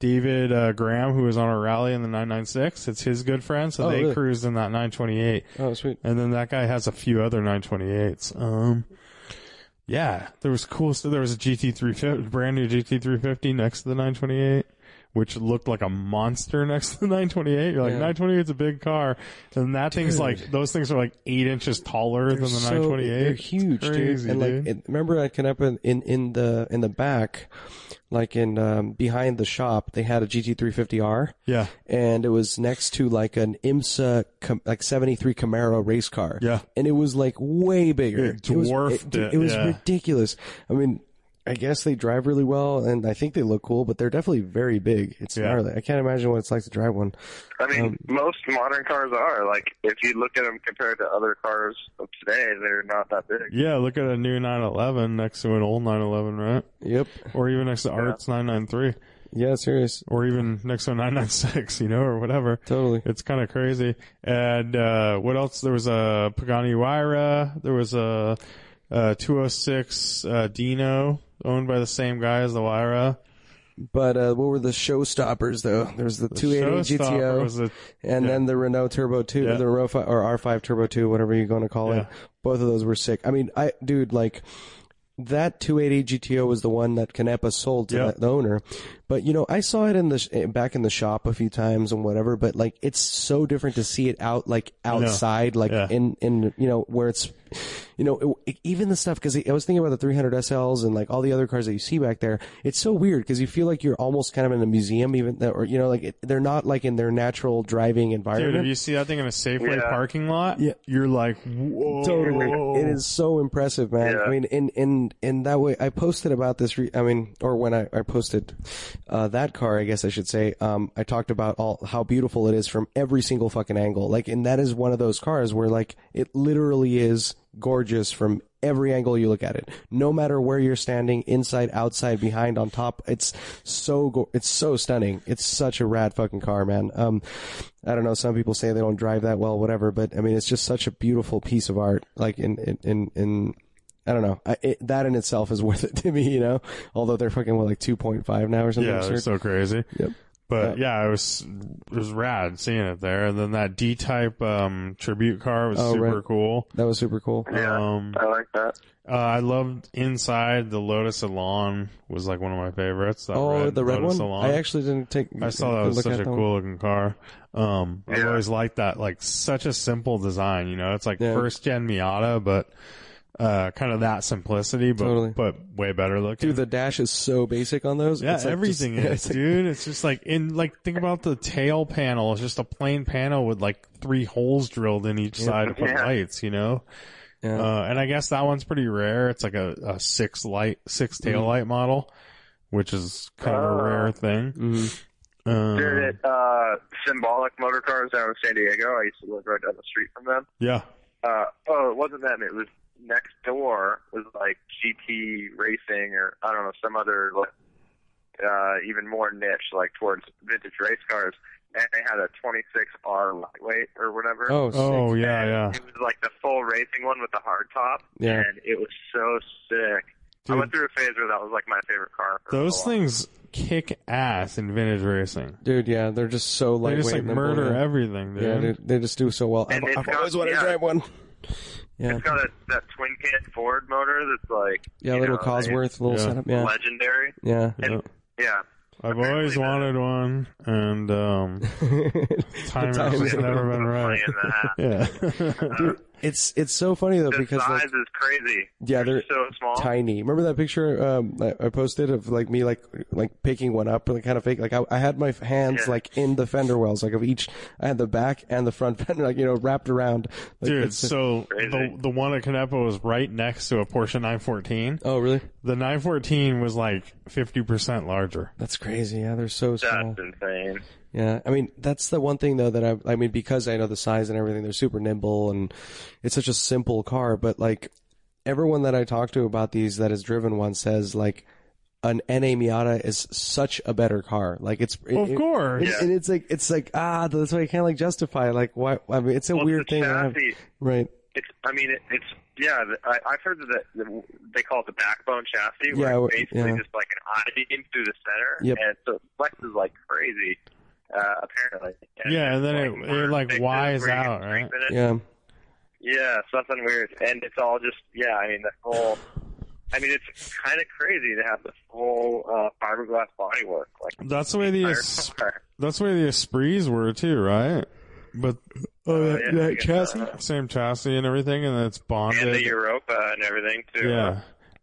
Speaker 1: David uh, Graham, who was on a rally in the 996. It's his good friend, so
Speaker 2: Oh,
Speaker 1: they
Speaker 2: really?
Speaker 1: cruised in that 928.
Speaker 2: Oh, sweet.
Speaker 1: And then that guy has a few other 928s. Um, yeah, there was cool. So there was a GT350, brand new GT350 next to the 928. Which looked like a monster <laughs> next to the 928. You're like,
Speaker 2: Yeah.
Speaker 1: 928's a big car. And that thing's like, those things are like eight inches taller than the
Speaker 2: so-
Speaker 1: 928.
Speaker 2: They're
Speaker 1: It's
Speaker 2: huge,
Speaker 1: crazy,
Speaker 2: dude. And
Speaker 1: dude.
Speaker 2: like, it, remember at Canepa in in the in the back, like in um, behind the shop, they had a GT350R,
Speaker 1: Yeah,
Speaker 2: and it was next to like an IMSA com- like '73 Camaro race car.
Speaker 1: Yeah.
Speaker 2: and it was like way bigger.
Speaker 1: It
Speaker 2: was-
Speaker 1: dwarfed
Speaker 2: dude,
Speaker 1: it,
Speaker 2: It was
Speaker 1: yeah.
Speaker 2: ridiculous. I mean. I guess they drive really well, and I think they look cool, but they're definitely very big. It's
Speaker 1: Yeah.
Speaker 2: gnarly. I can't imagine what it's like to drive one.
Speaker 3: I mean,
Speaker 2: Um,
Speaker 3: most modern cars are like if you look at them compared to other cars of today, they're not that big.
Speaker 1: yeah. Look at a new 911 next to an old 911, right?
Speaker 2: Yep.
Speaker 1: Or even next to Arts 993,
Speaker 2: Yeah, serious.
Speaker 1: or even next to a 996, you know, or whatever.
Speaker 2: Totally.
Speaker 1: It's kind of crazy. And uh, what else? There was a Pagani Huayra. There was a, a 206 uh, Dino owned by the same guy as the Huayra.
Speaker 2: But uh, what were the showstoppers though? There was the, 280
Speaker 1: Showstopper
Speaker 2: GTO,
Speaker 1: was a-
Speaker 2: and then the Renault Turbo 2,
Speaker 1: Yeah.
Speaker 2: the Renault 5, or R5 Turbo 2, whatever you're going to call
Speaker 1: Yeah.
Speaker 2: it. Both of those were sick. I mean, I dude, like that 280 GTO was the one that Canepa sold to
Speaker 1: Yeah.
Speaker 2: the, the owner. But you know, I saw it in the sh- back in the shop a few times and whatever. But like, it's so different to see it out like outside, like
Speaker 1: Yeah.
Speaker 2: in in you know where it's. You know, it, it- even the stuff because I was thinking about the 300 SLs and like all the other cars that you see back there. It's so weird because you feel like you're almost kind of in a museum, even though, or you know, like it, they're not like in their natural driving environment.
Speaker 1: Dude, if you see that thing in a Safeway
Speaker 3: Yeah.
Speaker 1: parking lot,
Speaker 2: Yeah.
Speaker 1: you're like, whoa.
Speaker 2: Totally, it is so impressive, man.
Speaker 3: Yeah.
Speaker 2: I mean, in in in that way, I posted about this. Re- I mean, or when I, I posted uh, that car, I guess I should say, um, I talked about all how beautiful it is from every single fucking angle. Like, and that is one of those cars where like it literally is gorgeous from every angle you look at it. No matter where you're standing, inside, outside, behind, on top, it's so go- it's so stunning. It's such a rad fucking car, man. Um, I don't know. Some people say they don't drive that well, whatever. But I mean, it's just such a beautiful piece of art. Like in in in, in I don't know. I, it, that in itself is <laughs> worth it to me, you know. Although they're fucking what, like two point five now or something.
Speaker 1: Yeah, they're
Speaker 2: absurd?
Speaker 1: so crazy.
Speaker 2: Yep.
Speaker 1: But yeah, it was it was rad seeing it there. And then that D type um tribute car was
Speaker 2: Oh,
Speaker 1: super
Speaker 2: right.
Speaker 1: cool.
Speaker 2: that was super cool.
Speaker 3: Yeah,
Speaker 1: Um
Speaker 3: I like that.
Speaker 1: uh, I loved inside the Lotus Salon was like one of my favorites. That
Speaker 2: Oh,
Speaker 1: red
Speaker 2: the red
Speaker 1: Lotus
Speaker 2: one.
Speaker 1: Elan.
Speaker 2: I actually didn't take.
Speaker 1: I saw that was
Speaker 2: look
Speaker 1: such
Speaker 2: at
Speaker 1: a
Speaker 2: that one.
Speaker 1: cool looking car. Um, I've
Speaker 3: Yeah.
Speaker 1: always liked that, like such a simple design. You know, it's like
Speaker 2: Yeah.
Speaker 1: first gen Miata, but uh, kind of that simplicity, but
Speaker 2: Totally.
Speaker 1: but way better looking.
Speaker 2: Dude, the dash is so basic on those.
Speaker 1: Yeah,
Speaker 2: It's like <laughs>
Speaker 1: everything
Speaker 2: just,
Speaker 1: is,
Speaker 2: it's like-
Speaker 1: dude. It's just like in like think about the tail panel. It's just a plain panel with like three holes drilled in each side to put
Speaker 3: Yeah.
Speaker 1: lights. You know,
Speaker 2: Yeah.
Speaker 1: uh, and I guess that one's pretty rare. It's like a, a
Speaker 2: Mm-hmm.
Speaker 1: six light, six tail light model, which is kind of a
Speaker 3: Ah.
Speaker 1: rare thing.
Speaker 2: Mhm.
Speaker 1: Um,
Speaker 3: They're at uh, Symbolic Motor Cars down in San Diego. I used to live right down the street from them.
Speaker 1: yeah.
Speaker 3: Uh, oh, it wasn't them. It was next door was like GT racing or I don't know some other like uh, even more niche like towards vintage race cars. And they had a 26R lightweight or whatever.
Speaker 2: Oh,
Speaker 1: Oh
Speaker 2: sick.
Speaker 1: yeah,
Speaker 3: And
Speaker 1: yeah.
Speaker 3: It was like the full racing one with the hard top.
Speaker 2: Yeah.
Speaker 3: And it was so sick. I
Speaker 1: Dude.
Speaker 3: went through a phase where that was like my favorite car. for a
Speaker 1: Those
Speaker 3: while.
Speaker 1: things kick ass in vintage racing.
Speaker 2: dude. Yeah, they're just so
Speaker 1: They
Speaker 2: lightweight.
Speaker 1: just like
Speaker 2: and nimble,
Speaker 1: murder
Speaker 2: yeah.
Speaker 1: everything, dude.
Speaker 2: Yeah, dude, they just do so well.
Speaker 3: And
Speaker 2: I've,
Speaker 3: it's
Speaker 2: I've
Speaker 3: got-
Speaker 2: always wanted
Speaker 3: yeah.
Speaker 2: to drive one. Yeah,
Speaker 3: It's got a, that twin can Ford motor that's like
Speaker 2: yeah,
Speaker 3: you
Speaker 2: little
Speaker 3: know,
Speaker 2: Cosworth, little
Speaker 1: Yeah.
Speaker 2: setup. Yeah,
Speaker 3: legendary. <laughs>
Speaker 2: yeah.
Speaker 1: Yeah. <laughs>
Speaker 3: Yeah.
Speaker 1: I've always wanted
Speaker 3: Apparently
Speaker 1: one, and
Speaker 2: <laughs>
Speaker 1: um, timing
Speaker 2: timing.
Speaker 1: has never been right.
Speaker 3: Playing that.
Speaker 1: <laughs> Yeah, <laughs>
Speaker 2: Dude, it's it's so funny though
Speaker 3: The
Speaker 2: because
Speaker 3: size
Speaker 2: like,
Speaker 3: is crazy.
Speaker 2: yeah, they're
Speaker 3: so small.
Speaker 2: tiny. Remember that picture um, I I posted of like me like like picking one up, like kind of fake. Like I, I had my f- hands
Speaker 3: Yeah.
Speaker 2: like in the fender wells, like of each. I had the back and the front <laughs> fender, like you know, wrapped around. Like,
Speaker 1: dude.
Speaker 2: <laughs> it's-
Speaker 1: So the
Speaker 3: Crazy.
Speaker 1: the one at Canepa was right next to a Porsche 914.
Speaker 2: oh really?
Speaker 1: The 914 was like 50 percent larger.
Speaker 2: That's crazy. Yeah, they're so small.
Speaker 3: That's insane.
Speaker 2: Yeah, I mean that's the one thing though that I I mean because I know the size and everything, they're super nimble and it's such a simple car. But like everyone that I talk to about these that has driven one says like an NA Miata is such a better car. Like it's it-
Speaker 1: Of
Speaker 2: it-
Speaker 1: course,
Speaker 2: it's- and it's like it's like ah that's why I can't like justify like why I mean it's a
Speaker 3: Well,
Speaker 2: weird
Speaker 3: the
Speaker 2: thing I have-
Speaker 3: chassis,
Speaker 2: right
Speaker 3: It's. I mean, it, it's. Yeah, the- I, I've heard that the, they call it the backbone chassis, where
Speaker 2: Yeah,
Speaker 3: it's
Speaker 2: w-
Speaker 3: basically
Speaker 2: yeah.
Speaker 3: just like an I beam through the center,
Speaker 2: Yep.
Speaker 3: and so it flexes like crazy. Uh, apparently.
Speaker 1: Yeah, and then it-
Speaker 3: it's,
Speaker 1: it, like,
Speaker 3: fixes
Speaker 1: Ys
Speaker 3: where you can
Speaker 1: out, right?
Speaker 3: strengthen it.
Speaker 2: yeah
Speaker 3: Yeah, something weird, and it's all just yeah. I mean, the whole. I mean, it's kind of crazy to have the full uh, fiberglass bodywork, like
Speaker 1: that's the way the
Speaker 3: entire
Speaker 1: es-
Speaker 3: car.
Speaker 1: that's the way the Esprits were too, right? But
Speaker 2: oh
Speaker 3: Uh,
Speaker 2: that,
Speaker 3: yeah, I
Speaker 2: that
Speaker 3: guess,
Speaker 2: chassis
Speaker 3: uh,
Speaker 1: same chassis and everything, and it's bonded.
Speaker 3: and the Europa and everything too.
Speaker 1: Yeah.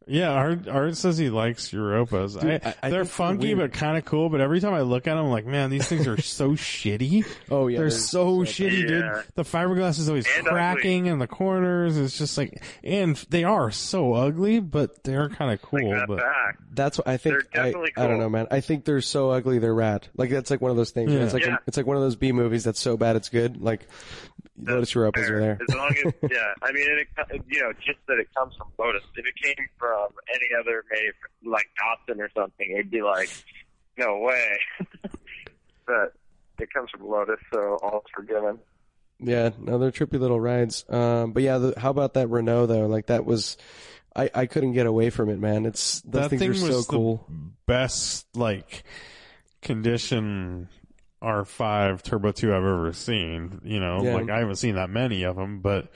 Speaker 1: Yeah, Art, Art says he likes Europas. I,
Speaker 2: I- I
Speaker 1: they're
Speaker 2: think they're
Speaker 1: funky
Speaker 2: weird.
Speaker 1: but kind of cool. But every time I look at them, I'm like, man, these things are
Speaker 2: <laughs>
Speaker 1: so shitty.
Speaker 2: oh yeah
Speaker 1: they're, so shitty,
Speaker 3: Yeah.
Speaker 1: dude. The fiberglass is always
Speaker 3: And
Speaker 1: cracking in the corners. It's just like, and they are so ugly, but they're kind of
Speaker 3: like
Speaker 1: cool.
Speaker 3: that
Speaker 1: but
Speaker 3: back.
Speaker 2: That's what I think.
Speaker 3: They're
Speaker 2: I,
Speaker 3: definitely
Speaker 2: I don't
Speaker 3: cool.
Speaker 2: know, man. I think they're so ugly they're rad. Like that's like one of those things. where
Speaker 1: Yeah.
Speaker 2: It's like
Speaker 3: Yeah.
Speaker 2: it's like one of those B movies that's so bad it's good. Like Lotus Europas are there.
Speaker 3: As long as
Speaker 1: <laughs>
Speaker 3: yeah, I mean, and it, co- you know, just that it comes from Lotus. If it came from any other made like Datsun or something, it'd be like, no way. <laughs> but it comes from Lotus, so all's forgiven.
Speaker 2: Yeah, no, they're trippy little rides. Um, but yeah, the, how about that Renault though? Like that was, I I couldn't get away from it, man. It's those
Speaker 1: That
Speaker 2: things
Speaker 1: thing
Speaker 2: are so
Speaker 1: was the-
Speaker 2: cool.
Speaker 1: best, like, condition R5 Turbo 2 I've ever seen. You know,
Speaker 2: Yeah.
Speaker 1: like, I haven't seen that many of them, but,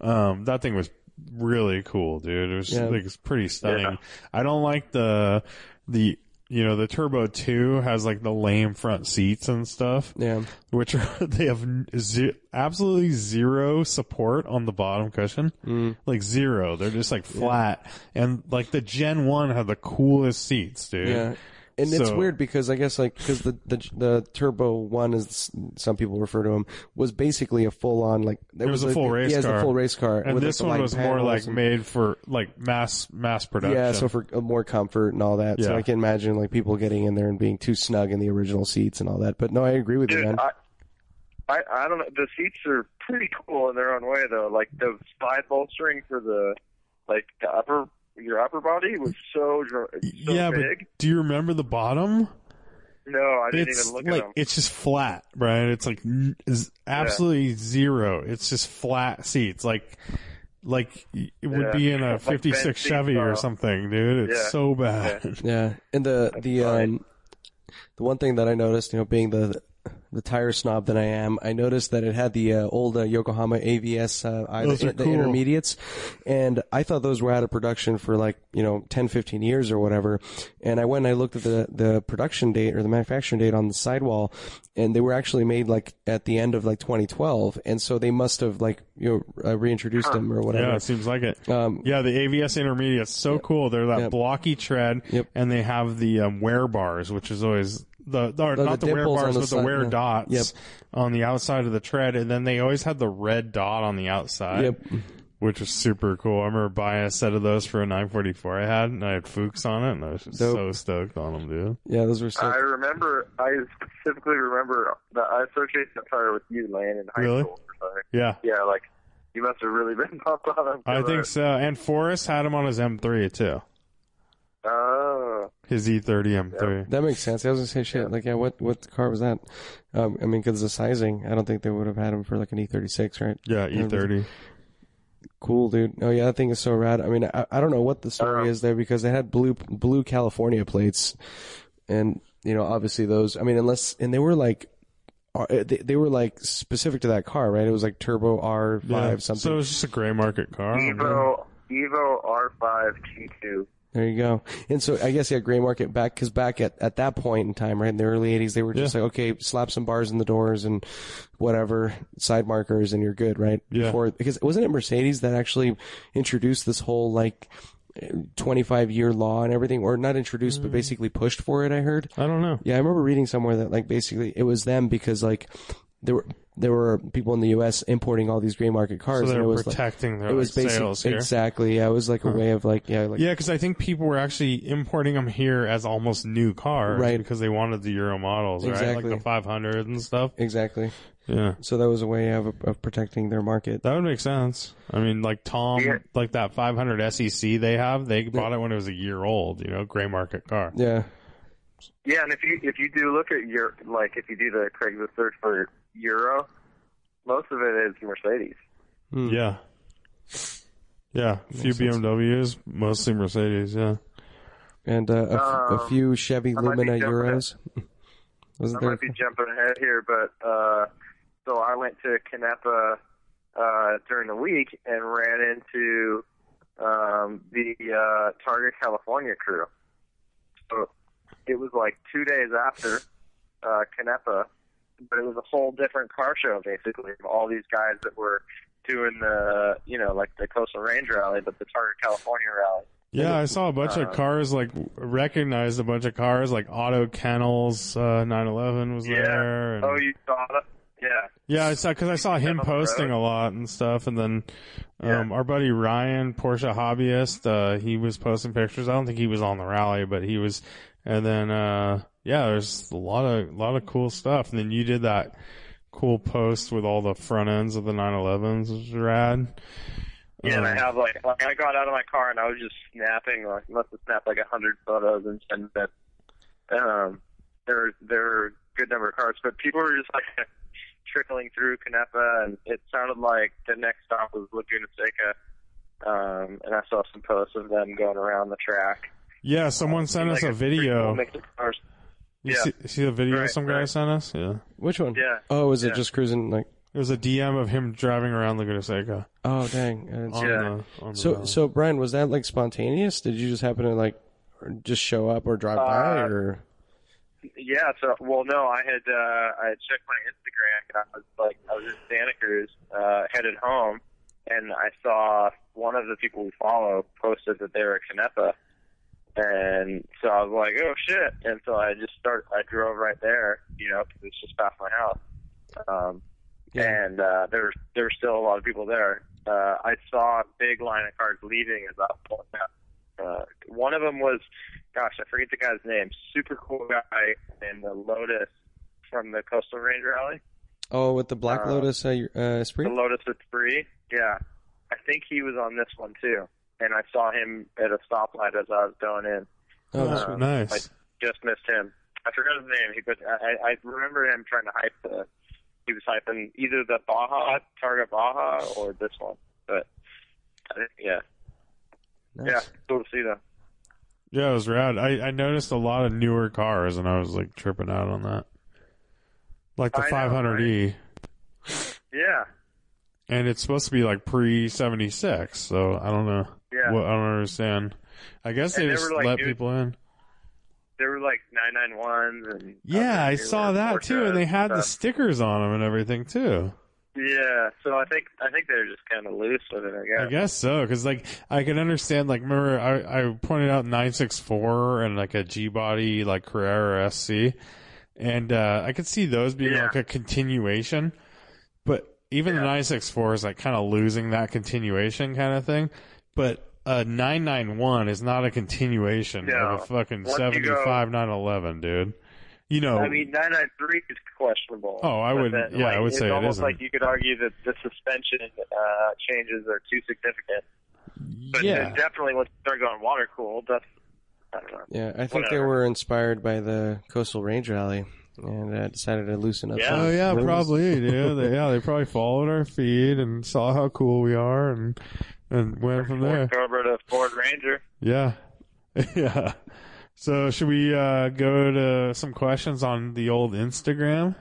Speaker 1: um, that thing was really cool, dude. It was,
Speaker 2: Yeah.
Speaker 1: like, it's pretty stunning.
Speaker 3: Yeah.
Speaker 1: I don't like the, the, you know, the Turbo 2 has, like, the lame front seats and stuff,
Speaker 2: Yeah,
Speaker 1: which <laughs> are, they have ze- absolutely zero support on the bottom cushion
Speaker 2: mm,
Speaker 1: like zero. They're just like flat. And like the Gen One had the coolest seats, dude.
Speaker 2: yeah. And it's
Speaker 1: So-
Speaker 2: weird because I guess like because the, the the Turbo One is some people refer to him was basically a full on like it,
Speaker 1: was a full race
Speaker 2: yeah, it was
Speaker 1: car.
Speaker 2: a full race car
Speaker 1: And
Speaker 2: with, like,
Speaker 1: this
Speaker 2: the
Speaker 1: one
Speaker 2: light
Speaker 1: was more
Speaker 2: panels
Speaker 1: like
Speaker 2: and-
Speaker 1: made for like mass mass production.
Speaker 2: Yeah, so for uh, more comfort and all that. So
Speaker 1: Yeah.
Speaker 2: I can imagine like people getting in there and being too snug in the original seats and all that. But no, I agree with you,
Speaker 3: Dude,
Speaker 2: man.
Speaker 3: I, I I don't know. The seats are pretty cool in their own way, though. Like the side bolstering for the like the upper your upper body was so dr- so
Speaker 1: yeah,
Speaker 3: big.
Speaker 1: but do you remember the bottom?
Speaker 3: No, I didn't
Speaker 1: It's
Speaker 3: even look
Speaker 1: like
Speaker 3: at them.
Speaker 1: it's just flat, right? It's like n- is absolutely zero. It's just flat seats, like like it would
Speaker 3: Yeah.
Speaker 1: be in a
Speaker 3: <laughs> Like bent
Speaker 1: '56
Speaker 3: seats,
Speaker 1: Chevy or
Speaker 3: uh,
Speaker 1: something, dude. It's
Speaker 3: yeah.
Speaker 1: so bad.
Speaker 2: Yeah, and the the
Speaker 3: fine.
Speaker 2: um, the one thing that I noticed, you know, being the the tire snob that I am, I noticed that it had the uh, old uh, Yokohama AVS, uh, I,
Speaker 1: Those
Speaker 2: the,
Speaker 1: are
Speaker 2: the
Speaker 1: cool.
Speaker 2: intermediates, and I thought those were out of production for like you know 10, 15 years or whatever. And I went and I looked at the the production date or the manufacturing date on the sidewall, and they were actually made like at the end of like 2012, and so they must have like you know uh, reintroduced them
Speaker 1: <laughs>
Speaker 2: or
Speaker 1: Yeah,
Speaker 2: whatever.
Speaker 1: it seems like it.
Speaker 2: Um,
Speaker 1: yeah, the AVS intermediates so cool. They're that
Speaker 2: Yep.
Speaker 1: blocky tread,
Speaker 2: Yep.
Speaker 1: and they have the um, wear bars, which is always the, the or
Speaker 2: Oh, the
Speaker 1: not the, wear
Speaker 2: dimples on
Speaker 1: bars,
Speaker 2: the
Speaker 1: but the
Speaker 2: side,
Speaker 1: wear
Speaker 2: yeah.
Speaker 1: dots
Speaker 2: Yep.
Speaker 1: on the outside of the tread, and then they always had the red dot on the outside.
Speaker 2: Yep.
Speaker 1: which was super cool. I remember buying a set of those for a 944 I had, and I had Fuchs on it, and I was just
Speaker 2: Dope.
Speaker 1: so stoked on them, dude.
Speaker 2: Yeah, those were so.
Speaker 3: I remember. I specifically remember that I associated that tire with you, Lane, in high
Speaker 1: Really?
Speaker 3: school. Or something.
Speaker 1: Yeah,
Speaker 3: Yeah, like you must have really <laughs> been pumped on him.
Speaker 1: I think
Speaker 3: So.
Speaker 1: so. And Forrest had him on his M3 too,
Speaker 3: Oh,
Speaker 1: his E E30 M3.
Speaker 2: that makes sense. I was gonna say shit. Like, yeah, what what car was that? Um, I mean, because the sizing, I don't think they would have had them for like an E36, right?
Speaker 1: Yeah, E
Speaker 2: Yeah,
Speaker 1: E30.
Speaker 2: Cool, dude. Uh-huh. Oh yeah, that thing is so rad. I mean, I, I don't know what the story is there because they had blue blue California plates, and you know, obviously those. I mean, unless and they were like, uh, they, they were like specific to that car, right? It was like turbo R five
Speaker 1: Yeah.
Speaker 2: something.
Speaker 1: So it was just a gray market car.
Speaker 3: Evo Evo R5 T2.
Speaker 2: There you go. And so I guess yeah, gray market back because back at, at that point in time, right in the early '80s, they were just like, okay, slap some bars in the doors and whatever side markers, and you're good, right?
Speaker 1: Yeah.
Speaker 2: Before because wasn't it Mercedes that actually introduced this whole like 25 year law and everything, or not introduced,
Speaker 1: Mm.
Speaker 2: but basically pushed for it? I heard.
Speaker 1: I don't know.
Speaker 2: Yeah, I remember reading somewhere that like basically it was them because like there were there were people in the U.S. importing all these gray market cars,
Speaker 1: So
Speaker 2: and it
Speaker 1: they're
Speaker 2: was like
Speaker 1: protecting their
Speaker 2: it was
Speaker 1: like,
Speaker 2: basic-
Speaker 1: sales here.
Speaker 2: exactly. Yeah, it was like a way of like yeah, like
Speaker 1: Yeah, because I think people were actually importing them here as almost new cars,
Speaker 2: Right.
Speaker 1: Because they wanted the Euro models, right?
Speaker 2: Exactly.
Speaker 1: Like the 500 and stuff.
Speaker 2: Exactly.
Speaker 1: Yeah,
Speaker 2: So that was a way of of protecting their market.
Speaker 1: that would make sense. I mean, like Tom,
Speaker 3: Yeah.
Speaker 1: like that 500 SEC E they have, they bought it when it was a year old. You know, gray market car.
Speaker 2: Yeah.
Speaker 3: Yeah, and if you if you do look at your like if you do the Craigslist search for Euro, most of it is Mercedes.
Speaker 1: Yeah, yeah. A few BMWs, mostly Mercedes. Yeah,
Speaker 2: And uh, a, f- a
Speaker 3: Um,
Speaker 2: few Chevy
Speaker 3: I might be
Speaker 2: Lumina
Speaker 3: jumping
Speaker 2: Euros. <laughs> Wasn't
Speaker 3: I
Speaker 2: there?
Speaker 3: might be jumping ahead here, but uh, so I went to Canepa uh, during the week and ran into um, the uh, Target California crew. So it was like two days after uh, Canepa, but it was a whole different car show basically. of All these guys that were doing the you know like the Coastal Range Rally, but the Target California Rally.
Speaker 1: yeah. I saw a bunch
Speaker 3: Uh,
Speaker 1: of cars. Like recognized a bunch of cars, like Auto Kennels, uh, 911 was
Speaker 3: Yeah.
Speaker 1: there. and-
Speaker 3: Oh, you saw that? Yeah.
Speaker 1: Yeah, I saw because I saw him
Speaker 3: Down the
Speaker 1: posting a lot and stuff, and then um, our buddy Ryan, Porsche hobbyist, uh, he was posting pictures. I don't think he was on the rally, but he was. And then uh, yeah, there's a lot of lot of cool stuff. And then you did that cool post with all the front ends of the 911s, which was rad.
Speaker 3: Yeah, and I
Speaker 1: Um,
Speaker 3: have like, like I got out of my car and I was just snapping. Like, must have snapped like a hundred photos and sent that. Um, there there were a good number of cars, but people were just like trickling through Canepa, and it sounded like the next stop was Laguna Seca. Um, and I saw some posts of them going around the track.
Speaker 1: yeah. Someone sent
Speaker 3: Like,
Speaker 1: us a
Speaker 3: it's pretty Cool
Speaker 1: video.
Speaker 3: mix of cars.
Speaker 1: You
Speaker 3: yeah.
Speaker 1: see, see the video
Speaker 3: Right,
Speaker 1: some guy
Speaker 3: right.
Speaker 1: sent us? Yeah,
Speaker 2: Which one?
Speaker 3: Yeah,
Speaker 2: Oh, was
Speaker 3: Yeah.
Speaker 2: it just cruising? Like,
Speaker 1: it was a DM of him driving around Laguna Seca.
Speaker 2: oh dang. I didn't see-
Speaker 1: On
Speaker 3: Yeah.
Speaker 1: the, on the
Speaker 2: So
Speaker 1: rally.
Speaker 2: so Brian, was that like spontaneous? Did you just happen to like just show up or drive by
Speaker 3: Uh,
Speaker 2: or?
Speaker 3: Yeah, so well, no, I had uh, I had checked my Instagram and I was like, I was in Santa Cruz, uh, headed home, and I saw one of the people we follow posted that they were at Canepa, and so I was like, oh shit, and so I just start, I drove right there, you know, 'cause it's just past my house, um,
Speaker 2: Yeah.
Speaker 3: and uh, there was- there were still a lot of people there. Uh, I saw a big line of cars leaving as I was pulling up. Uh, one of them was gosh, I forget the guy's name. Super cool guy in the Lotus from the Coastal Range Rally.
Speaker 2: Oh, with the Black
Speaker 3: uh,
Speaker 2: Lotus uh, your- uh,
Speaker 3: The
Speaker 2: Esprit.
Speaker 3: Lotus with three. Yeah. I think he was on this one too. And I saw him at a stoplight as I was going in.
Speaker 2: Oh,
Speaker 1: Uh,
Speaker 2: that's-
Speaker 3: sweet.
Speaker 1: nice.
Speaker 3: Just missed him. I forgot his name. He but I, I I remember him trying to hype the he was hyping either the Baja Target Baja or this one. But I think, yeah, yeah,
Speaker 2: nice.
Speaker 3: cool to see them.
Speaker 1: Yeah, it was rad. I, I noticed a lot of newer cars, and I was like tripping out on that, like the
Speaker 3: I know,
Speaker 1: 500e,
Speaker 3: Yeah,
Speaker 1: and it's supposed to be like pre 76. So I don't know.
Speaker 3: yeah.
Speaker 1: What I don't understand. I guess
Speaker 3: And
Speaker 1: they
Speaker 3: they
Speaker 1: just
Speaker 3: were, like,
Speaker 1: let
Speaker 3: new-
Speaker 1: people in.
Speaker 3: There were like nine nine ones and uh,
Speaker 1: Yeah,
Speaker 3: other
Speaker 1: I
Speaker 3: newer
Speaker 1: saw that too, and they
Speaker 3: Porsches
Speaker 1: had the
Speaker 3: stuff.
Speaker 1: stickers on them and everything too.
Speaker 3: Yeah, so I think I think they're just kind of loose with it. I guess.
Speaker 1: I guess so, because like I can understand. Like, remember I, I pointed out 964 and like a G body like Carrera SC, and uh, I could see those being
Speaker 3: Yeah.
Speaker 1: like a continuation. But even
Speaker 3: Yeah.
Speaker 1: the 964 is like kind of losing that continuation kind of thing, but a 991 is not a continuation
Speaker 3: No.
Speaker 1: of a fucking
Speaker 3: Once you go-
Speaker 1: 75 911, dude. You know,
Speaker 3: I mean, 993 is questionable.
Speaker 1: Oh, I
Speaker 3: but
Speaker 1: would-
Speaker 3: that,
Speaker 1: yeah, I
Speaker 3: like,
Speaker 1: would
Speaker 3: it's
Speaker 1: say it
Speaker 3: almost
Speaker 1: isn't.
Speaker 3: like you could argue that the suspension uh, changes are too significant. But
Speaker 1: yeah.
Speaker 3: then definitely once you start going water cooled, that's I don't know.
Speaker 2: Yeah, I think they
Speaker 3: Whatever.
Speaker 2: were inspired by the Coastal Range Rally and uh, decided to loosen up.
Speaker 3: Yeah.
Speaker 2: some
Speaker 1: Oh yeah,
Speaker 2: rules.
Speaker 1: probably.
Speaker 2: <laughs>
Speaker 1: Dude. They, yeah, they probably followed our feed and saw how cool we are, and and went from there.
Speaker 3: Ford Cobra to Ford Ranger.
Speaker 1: Yeah, <laughs> yeah. So should we uh, go to some questions on the old Instagram?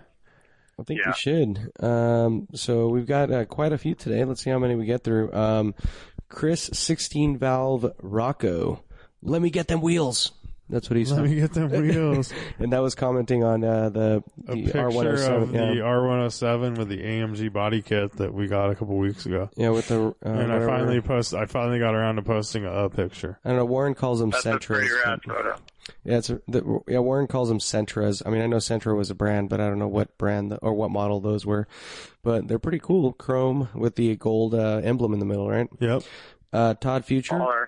Speaker 2: I think
Speaker 3: Yeah.
Speaker 2: we should. Um, so we've got uh, quite a few today. Let's see how many we get through. Um, Chris, 16 valve Rocco. Let me get them wheels. That's what he
Speaker 1: Let
Speaker 2: said.
Speaker 1: me get them wheels.
Speaker 2: <laughs> and that was commenting on uh, the,
Speaker 1: A
Speaker 2: the
Speaker 1: picture
Speaker 2: R107.
Speaker 1: of
Speaker 2: yeah.
Speaker 1: the R107 with the AMG body kit that we got a couple weeks ago,
Speaker 2: yeah, with the. Uh,
Speaker 1: and I
Speaker 2: whatever-
Speaker 1: finally post. I finally got around to posting a, picture.
Speaker 2: I don't know. Warren calls them
Speaker 3: That's a
Speaker 2: Sentras.
Speaker 3: pretty rad photo.
Speaker 2: Yeah, it's a, the, yeah. Warren calls them Sentras. I mean, I know Sentra was a brand, but I don't know what brand the, or what model those were. But they're pretty cool, chrome with the gold uh, emblem in the middle, right?
Speaker 1: Yep.
Speaker 2: Uh, Todd Future
Speaker 3: Or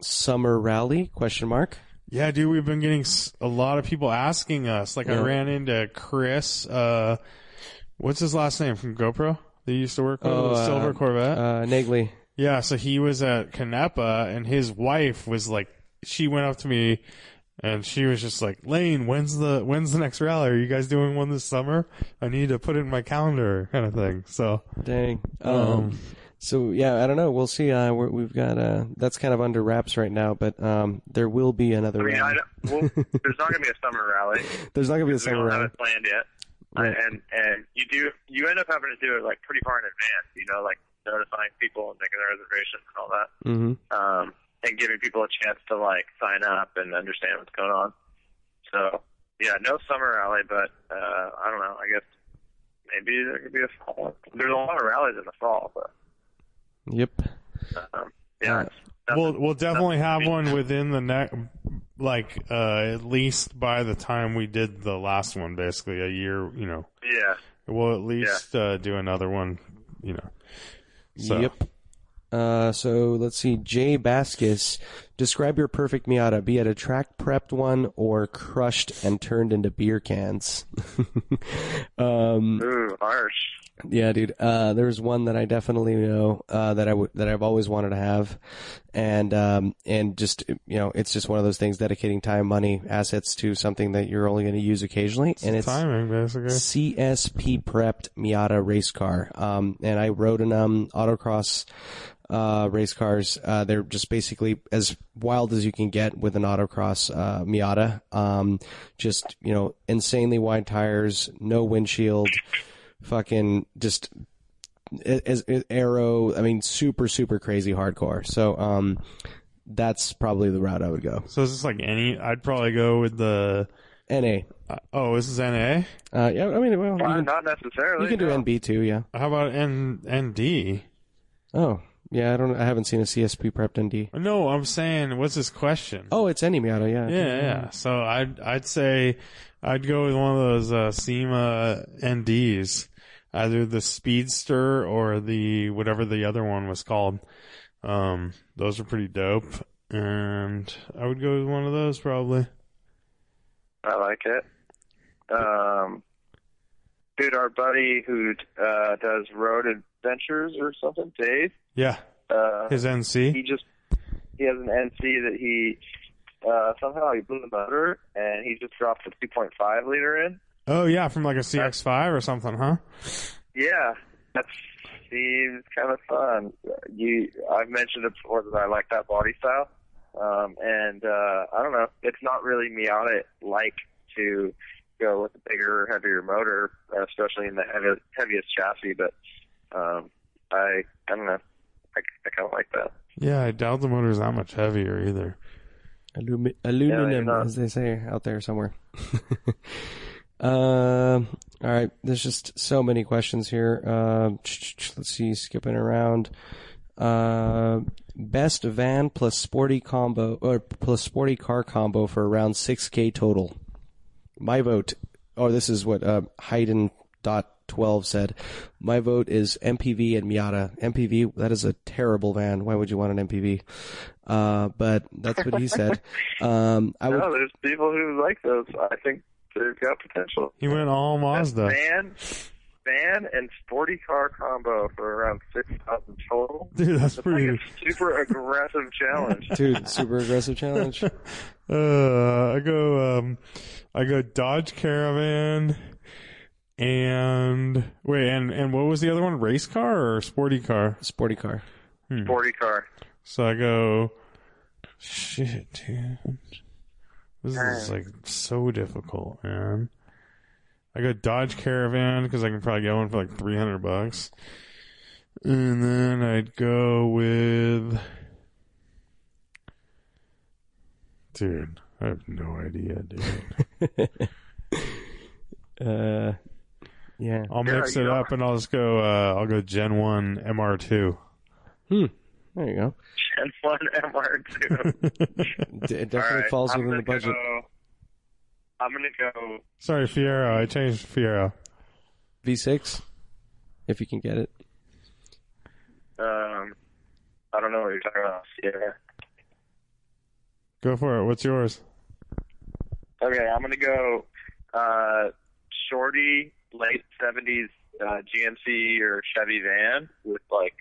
Speaker 2: Summer Rally question mark.
Speaker 1: Yeah, dude, we've been getting s- a lot of people asking us. Like, I
Speaker 2: Yeah.
Speaker 1: ran into Chris. Uh, what's his last name from GoPro? That he used to work with
Speaker 2: Oh,
Speaker 1: the silver
Speaker 2: uh,
Speaker 1: Corvette.
Speaker 2: Uh, Nagley.
Speaker 1: yeah, so he was at Canepa, and his wife was like, she went up to me, and she was just like, "Lane, when's the when's the next rally? Are you guys doing one this summer? I need to put it in my calendar, kind of thing." So,
Speaker 2: Dang. Um,
Speaker 1: Um,
Speaker 2: so yeah, I don't know. We'll see. Uh, we're, we've got uh, that's kind of under wraps right now, but um, there will be another.
Speaker 3: I mean, I
Speaker 2: round.
Speaker 3: don't- well, there's not going to be a summer
Speaker 1: <laughs>
Speaker 3: rally.
Speaker 2: There's not gonna be a
Speaker 3: we
Speaker 2: summer
Speaker 3: don't
Speaker 2: rally.
Speaker 3: have it planned yet. I-
Speaker 2: Right.
Speaker 3: and and you do you end up having to do it like pretty far in advance. You know, like notifying people and making their reservations and all that.
Speaker 2: Mm-hmm.
Speaker 3: um, and giving people a chance to like sign up and understand what's going on. So yeah, no summer rally, but uh, I don't know. I guess maybe there could be a fall. one. There's a lot of rallies in the fall, but
Speaker 2: Yep.
Speaker 3: um, yeah, it's nothing.
Speaker 1: we'll we'll definitely have one within the next, like, uh, at least by the time we did the last one, basically a year, you know,
Speaker 3: yeah,
Speaker 1: We'll at least uh, do another one, you know. So,
Speaker 2: Yep. Uh, so let's see. Jay Baskis, describe your perfect Miata, be it a track prepped one or crushed and turned into beer cans. <laughs> um,
Speaker 3: ooh, harsh.
Speaker 2: yeah, dude. Uh, there's one that I definitely know uh, that I would that I've always wanted to have, and um, and just you know, it's just one of those things dedicating time, money, assets to something that you're only going to use occasionally, and it's
Speaker 1: timing, basically.
Speaker 2: CSP prepped Miata race car. Um, and I rode in um autocross uh race cars. Uh, they're just basically as wild as you can get with an autocross uh, Miata. Um, just you know, insanely wide tires, no windshield, fucking just as, as arrow. I mean, super super crazy hardcore. So um, that's probably the route I would go.
Speaker 1: So is this like any? I'd probably go with the.
Speaker 2: Na.
Speaker 1: Uh, oh, this is NA.
Speaker 2: Uh, yeah, I mean, well, you
Speaker 3: Well,
Speaker 2: can,
Speaker 3: not necessarily.
Speaker 2: you can do
Speaker 3: no.
Speaker 2: NB too. Yeah.
Speaker 1: How about N ND?
Speaker 2: Oh, yeah, I don't. I haven't seen a CSP prepped ND.
Speaker 1: No, I'm saying what's this question?
Speaker 2: Oh, it's any Miata, yeah.
Speaker 1: yeah, yeah. So I'd I'd say I'd go with one of those uh, SEMA NDs, either the Speedster or the whatever the other one was called. Um, those are pretty dope, and I would go with one of those probably.
Speaker 3: I like it. Um, dude, our buddy who uh, does road adventures or something, Dave.
Speaker 1: Yeah,
Speaker 3: Uh,
Speaker 1: his NC.
Speaker 3: he just he has an NC that he uh, somehow he blew the motor and he just dropped a 2.5 liter in.
Speaker 1: Oh yeah, from like a CX5 or something, huh?
Speaker 3: Yeah, that seems kind of fun. You, I've mentioned it before that I like that body style, um, and uh, I don't know, it's not really Miata like to go with a bigger, heavier motor, especially in the heavy, heaviest chassis. But um, I, I don't know, I, I kind of like that.
Speaker 1: Yeah, I doubt the motor's that much heavier either.
Speaker 2: Alumi- aluminum,
Speaker 3: not.
Speaker 2: as they say out there somewhere. <laughs> Um. all right, there's just so many questions here. Um, let's see, skipping around. Uh, best van plus sporty combo or plus sporty car combo for around six k total. My vote. Oh, this is what uh, Hayden dot twelve said, "My vote is MPV and Miata. MPV that is a terrible van. Why would you want an MPV?" Uh, but that's
Speaker 3: <laughs>
Speaker 2: what he said. Um, I would
Speaker 3: no, there's people who like those. I think they've got potential.
Speaker 1: He went all Mazda.
Speaker 3: Van, van, and sporty car combo for around six thousand total.
Speaker 1: <laughs> Dude, that's
Speaker 3: It's like
Speaker 1: pretty.
Speaker 3: a super aggressive challenge.
Speaker 2: dude super aggressive challenge.
Speaker 1: Uh, I go, um, I go Dodge Caravan, and wait, and and what was the other one? Race car or sporty car?
Speaker 2: Sporty car. Hmm.
Speaker 3: Sporty car.
Speaker 1: So I go, shit, dude. This is like so difficult, man. I go Dodge Caravan because I can probably get one for like 300 bucks. And then I'd go with. Dude, I have no idea, dude.
Speaker 2: Uh, yeah.
Speaker 1: I'll
Speaker 3: Yeah,
Speaker 1: mix
Speaker 3: you
Speaker 1: it
Speaker 3: know.
Speaker 1: up and I'll just go, uh, I'll go Gen 1 MR2.
Speaker 2: There you go.
Speaker 3: Gen one
Speaker 2: <laughs>
Speaker 3: MR2.
Speaker 2: D- it
Speaker 3: All
Speaker 2: definitely
Speaker 3: right,
Speaker 2: falls
Speaker 3: I'm
Speaker 2: within the
Speaker 3: gonna
Speaker 2: budget.
Speaker 3: Go, I'm gonna go.
Speaker 1: <laughs> Sorry, Fiero. I changed Fiero.
Speaker 2: V6, if you can get it.
Speaker 3: Um, I don't know what you're talking about. Yeah.
Speaker 1: Go for it. What's yours?
Speaker 3: Okay, I'm gonna go. Uh, shorty, late '70s uh, GMC or Chevy van with like